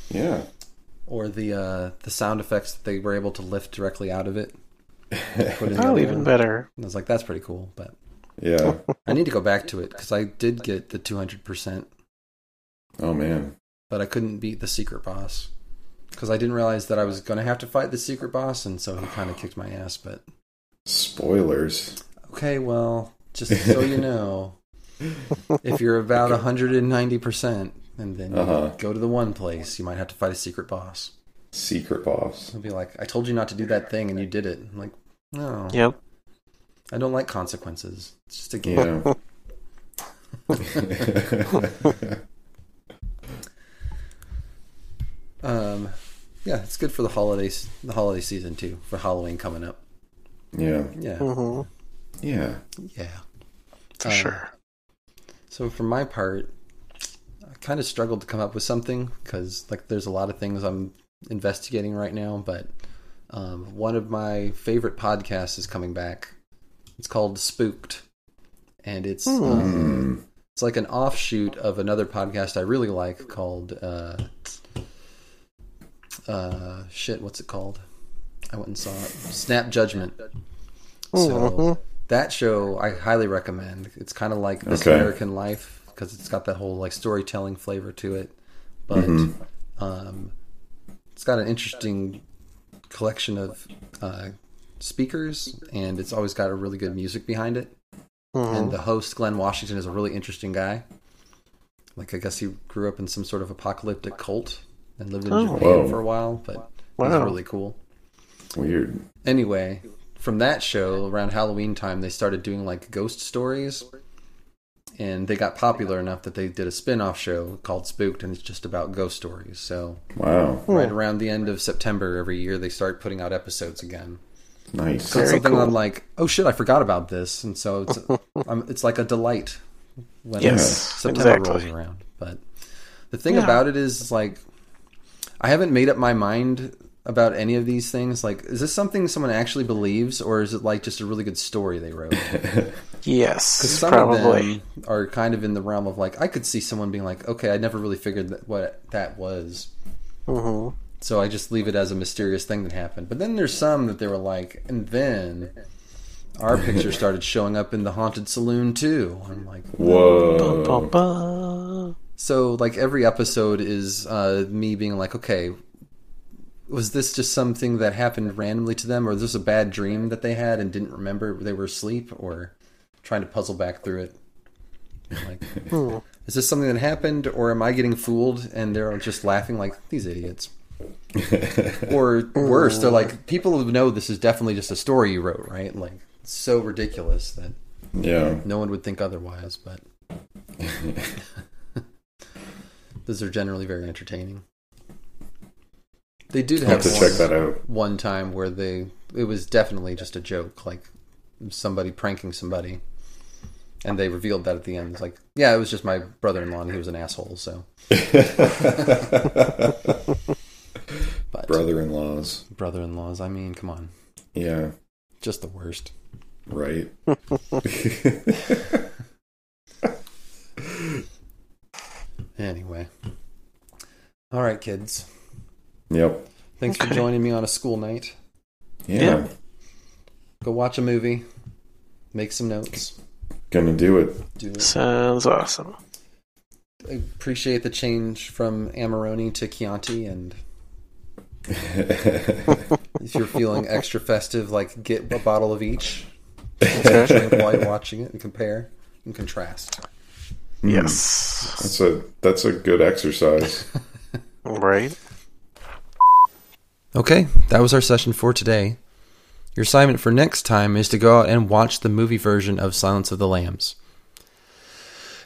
[SPEAKER 4] yeah, <laughs>
[SPEAKER 1] or the uh, the sound effects that they were able to lift directly out of it. Put in the
[SPEAKER 3] Oh,
[SPEAKER 1] other
[SPEAKER 3] even
[SPEAKER 1] one.
[SPEAKER 3] better.
[SPEAKER 1] And I was like, that's pretty cool. But
[SPEAKER 4] yeah.
[SPEAKER 1] I need to go back to it because I did get the 200%,
[SPEAKER 4] Oh man,
[SPEAKER 1] but I couldn't beat the secret boss because I didn't realize that I was going to have to fight the secret boss, and so he kind of kicked my ass. But
[SPEAKER 4] spoilers.
[SPEAKER 1] okay, well, just so
[SPEAKER 4] <laughs>
[SPEAKER 1] you know, if you're about 190%, and then you
[SPEAKER 4] Uh-huh.
[SPEAKER 1] go to the one place, you might have to fight a secret boss.
[SPEAKER 4] Secret boss.
[SPEAKER 1] He'll be like, I told you not to do that thing, and you did it. I'm like, no.
[SPEAKER 3] Yep.
[SPEAKER 1] I don't like consequences. It's just a game.
[SPEAKER 4] Yeah. <laughs>
[SPEAKER 1] Um, yeah, it's good for the holidays, the holiday season too, for Halloween coming up.
[SPEAKER 4] yeah,
[SPEAKER 1] Yeah,
[SPEAKER 3] hmm
[SPEAKER 4] yeah.
[SPEAKER 1] yeah.
[SPEAKER 3] For
[SPEAKER 1] Uh,
[SPEAKER 3] sure.
[SPEAKER 1] So for my part, I kind of struggled to come up with something because like there's a lot of things I'm investigating right now, but um, one of my favorite podcasts is coming back. It's called Spooked, and it's um,
[SPEAKER 4] Mm.
[SPEAKER 1] it's like an offshoot of another podcast I really like called uh, uh, shit. What's it called? I went and saw it. Snap Judgment. So that show I highly recommend. It's kind of like This
[SPEAKER 4] Okay.
[SPEAKER 1] American Life because it's got that whole like storytelling flavor to it, but um, it's got an interesting collection of uh, speakers, and it's always got a really good music behind it
[SPEAKER 3] Mm-hmm.
[SPEAKER 1] and the host Glenn Washington is a really interesting guy. Like I guess he grew up in some sort of apocalyptic cult and lived in
[SPEAKER 3] Oh.
[SPEAKER 1] Japan
[SPEAKER 4] Whoa.
[SPEAKER 1] for a while, but it was
[SPEAKER 3] Wow.
[SPEAKER 1] really cool.
[SPEAKER 4] Weird.
[SPEAKER 1] Anyway, from that show around Halloween time, they started doing like ghost stories, and they got popular enough that they did a spin-off show called Spooked, and it's just about ghost stories. So
[SPEAKER 4] Wow.
[SPEAKER 3] Hmm.
[SPEAKER 1] right around the end of September every year, they start putting out episodes again.
[SPEAKER 4] Nice.
[SPEAKER 1] So it's
[SPEAKER 3] Very
[SPEAKER 1] something
[SPEAKER 3] cool.
[SPEAKER 1] I'm like, oh shit, I forgot about this, and so
[SPEAKER 3] <laughs>
[SPEAKER 1] it's um, it's like a delight when
[SPEAKER 3] Yes,
[SPEAKER 1] September
[SPEAKER 3] exactly.
[SPEAKER 1] rolls around. But the thing
[SPEAKER 3] Yeah.
[SPEAKER 1] about it is, is like, I haven't made up my mind about any of these things. Like, is this something someone actually believes, or is it like just a really good story they
[SPEAKER 3] <laughs>
[SPEAKER 1] wrote?
[SPEAKER 3] Yes,
[SPEAKER 1] Some
[SPEAKER 3] probably.
[SPEAKER 1] of them are kind of in the realm of like, I could see someone being like, okay, I never really figured that what that was.
[SPEAKER 3] hmm
[SPEAKER 1] So I just leave it as a mysterious thing that happened. But then there's some that they were like, and then our picture started showing up in the haunted saloon too. I'm like, uh,
[SPEAKER 3] Bum, bum,
[SPEAKER 4] Whoa. <laughs>
[SPEAKER 3] bum.
[SPEAKER 1] so like every episode is uh, me being like, okay, was this just something that happened randomly to them, or was this a bad dream that they had and didn't remember they were asleep, or trying to puzzle back through it? Like, is this something that happened, or am I getting fooled and they're just laughing like these idiots? or worse, they're like, people know this is definitely just a story you wrote, right? Like, it's so ridiculous that
[SPEAKER 4] Yeah.
[SPEAKER 1] no one would think otherwise, but those are generally very entertaining. They did
[SPEAKER 4] I'll have
[SPEAKER 1] have
[SPEAKER 4] to
[SPEAKER 1] one,
[SPEAKER 4] check that out.
[SPEAKER 1] one time where they it was definitely just a joke, like somebody pranking somebody, and they revealed that at the end. It's like, yeah, it was just my brother-in-law, and he was an asshole.
[SPEAKER 4] <laughs>
[SPEAKER 1] So,
[SPEAKER 4] <laughs>
[SPEAKER 1] but
[SPEAKER 4] Brother-in-laws.
[SPEAKER 1] brother-in-laws, I mean, come on,
[SPEAKER 4] Yeah.
[SPEAKER 1] just the worst.
[SPEAKER 4] Right. <laughs>
[SPEAKER 1] Anyway, all right, kids,
[SPEAKER 4] Yep.
[SPEAKER 1] thanks for
[SPEAKER 3] Okay.
[SPEAKER 1] joining me on a school night.
[SPEAKER 4] Yeah.
[SPEAKER 3] Yeah.
[SPEAKER 1] go watch a movie, make some notes.
[SPEAKER 4] Gonna do it.
[SPEAKER 1] Do it.
[SPEAKER 3] Sounds awesome.
[SPEAKER 1] Appreciate the change from Amarone to Chianti, and if you're feeling extra festive, like get a bottle of each drink while you're watching it and compare and contrast. Hmm.
[SPEAKER 3] Yes.
[SPEAKER 4] That's a that's a good exercise.
[SPEAKER 3] Right.
[SPEAKER 1] Okay, that was our session for today. Your assignment for next time is to go out and watch the movie version of Silence of the Lambs.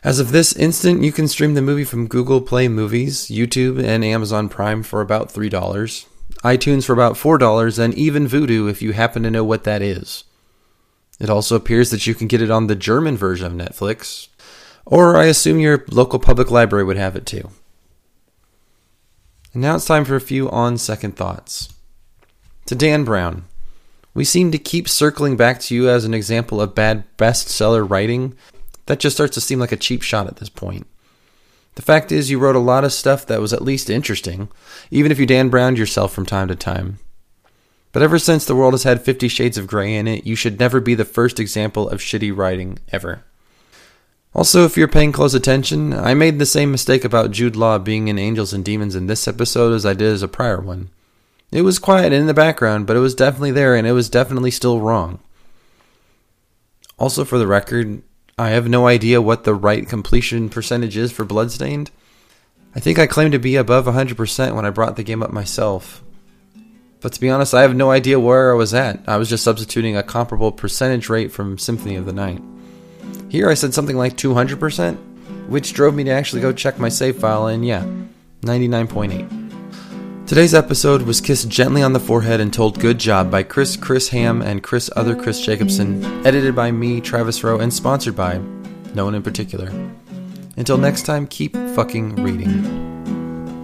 [SPEAKER 1] As of this instant, you can stream the movie from Google Play Movies, YouTube, and Amazon Prime for about $3, iTunes for about $4, and even Vudu if you happen to know what that is. It also appears that you can get it on the German version of Netflix, or I assume your local public library would have it too. And now it's time for a few on second thoughts. To Dan Brown, we seem to keep circling back to you as an example of bad bestseller writing. That just starts to seem like a cheap shot at this point. The fact is, you wrote a lot of stuff that was at least interesting, even if you Dan Browned yourself from time to time. But ever since the world has had Fifty Shades of Grey in it, you should never be the first example of shitty writing ever. Also, if you're paying close attention, I made the same mistake about Jude Law being in Angels and Demons in this episode as I did as a prior one. It was quiet and in the background, but it was definitely there and it was definitely still wrong. Also, for the record, I have no idea what the right completion percentage is for Bloodstained. I think I claimed to be above 100% when I brought the game up myself. But to be honest, I have no idea where I was at. I was just substituting a comparable percentage rate from Symphony of the Night. Here I said something like 200%, which drove me to actually go check my save file, and yeah, 99.8. Today's episode was kissed gently on the forehead and told good job by Chris Chris Ham and Chris Other Chris Jacobson, edited by me, Travis Rowe, and sponsored by no one in particular. Until next time, keep fucking reading.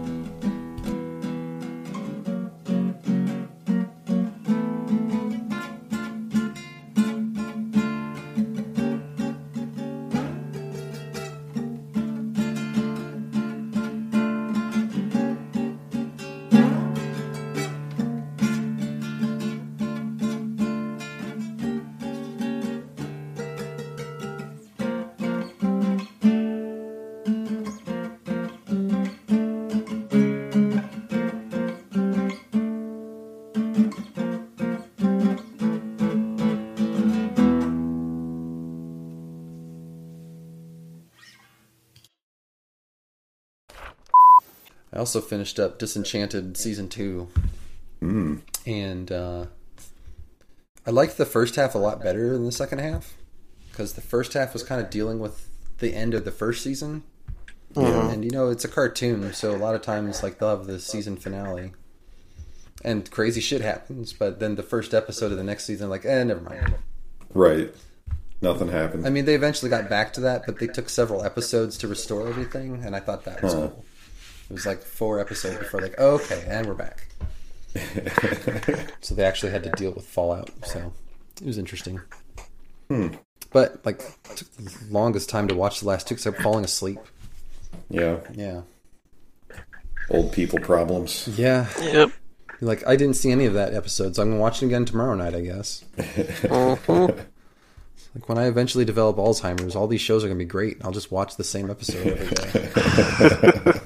[SPEAKER 1] I also finished up Disenchanted season two,
[SPEAKER 4] Mm.
[SPEAKER 1] and uh, I liked the first half a lot better than the second half because the first half was kind of dealing with the end of the first season, and you know it's a cartoon, so a lot of times like they'll have the season finale, and crazy shit happens, but then the first episode of the next season, like, eh, never mind.
[SPEAKER 4] Right. Nothing happened.
[SPEAKER 1] I mean, they eventually got back to that, but they took several episodes to restore everything, and I thought that was
[SPEAKER 4] Huh.
[SPEAKER 1] cool. It was like four episodes before, like, okay, and we're back. so they actually had to deal with fallout. So it was interesting. But like, it took the longest time to watch the last two, except falling asleep.
[SPEAKER 4] yeah.
[SPEAKER 1] Yeah,
[SPEAKER 4] Old people problems.
[SPEAKER 1] yeah.
[SPEAKER 3] Yep.
[SPEAKER 1] Like I didn't see any of that episode, so I'm gonna watch it again tomorrow night, I guess. Like when I eventually develop Alzheimer's, all these shows are gonna be great. and I'll just watch the same episode every day.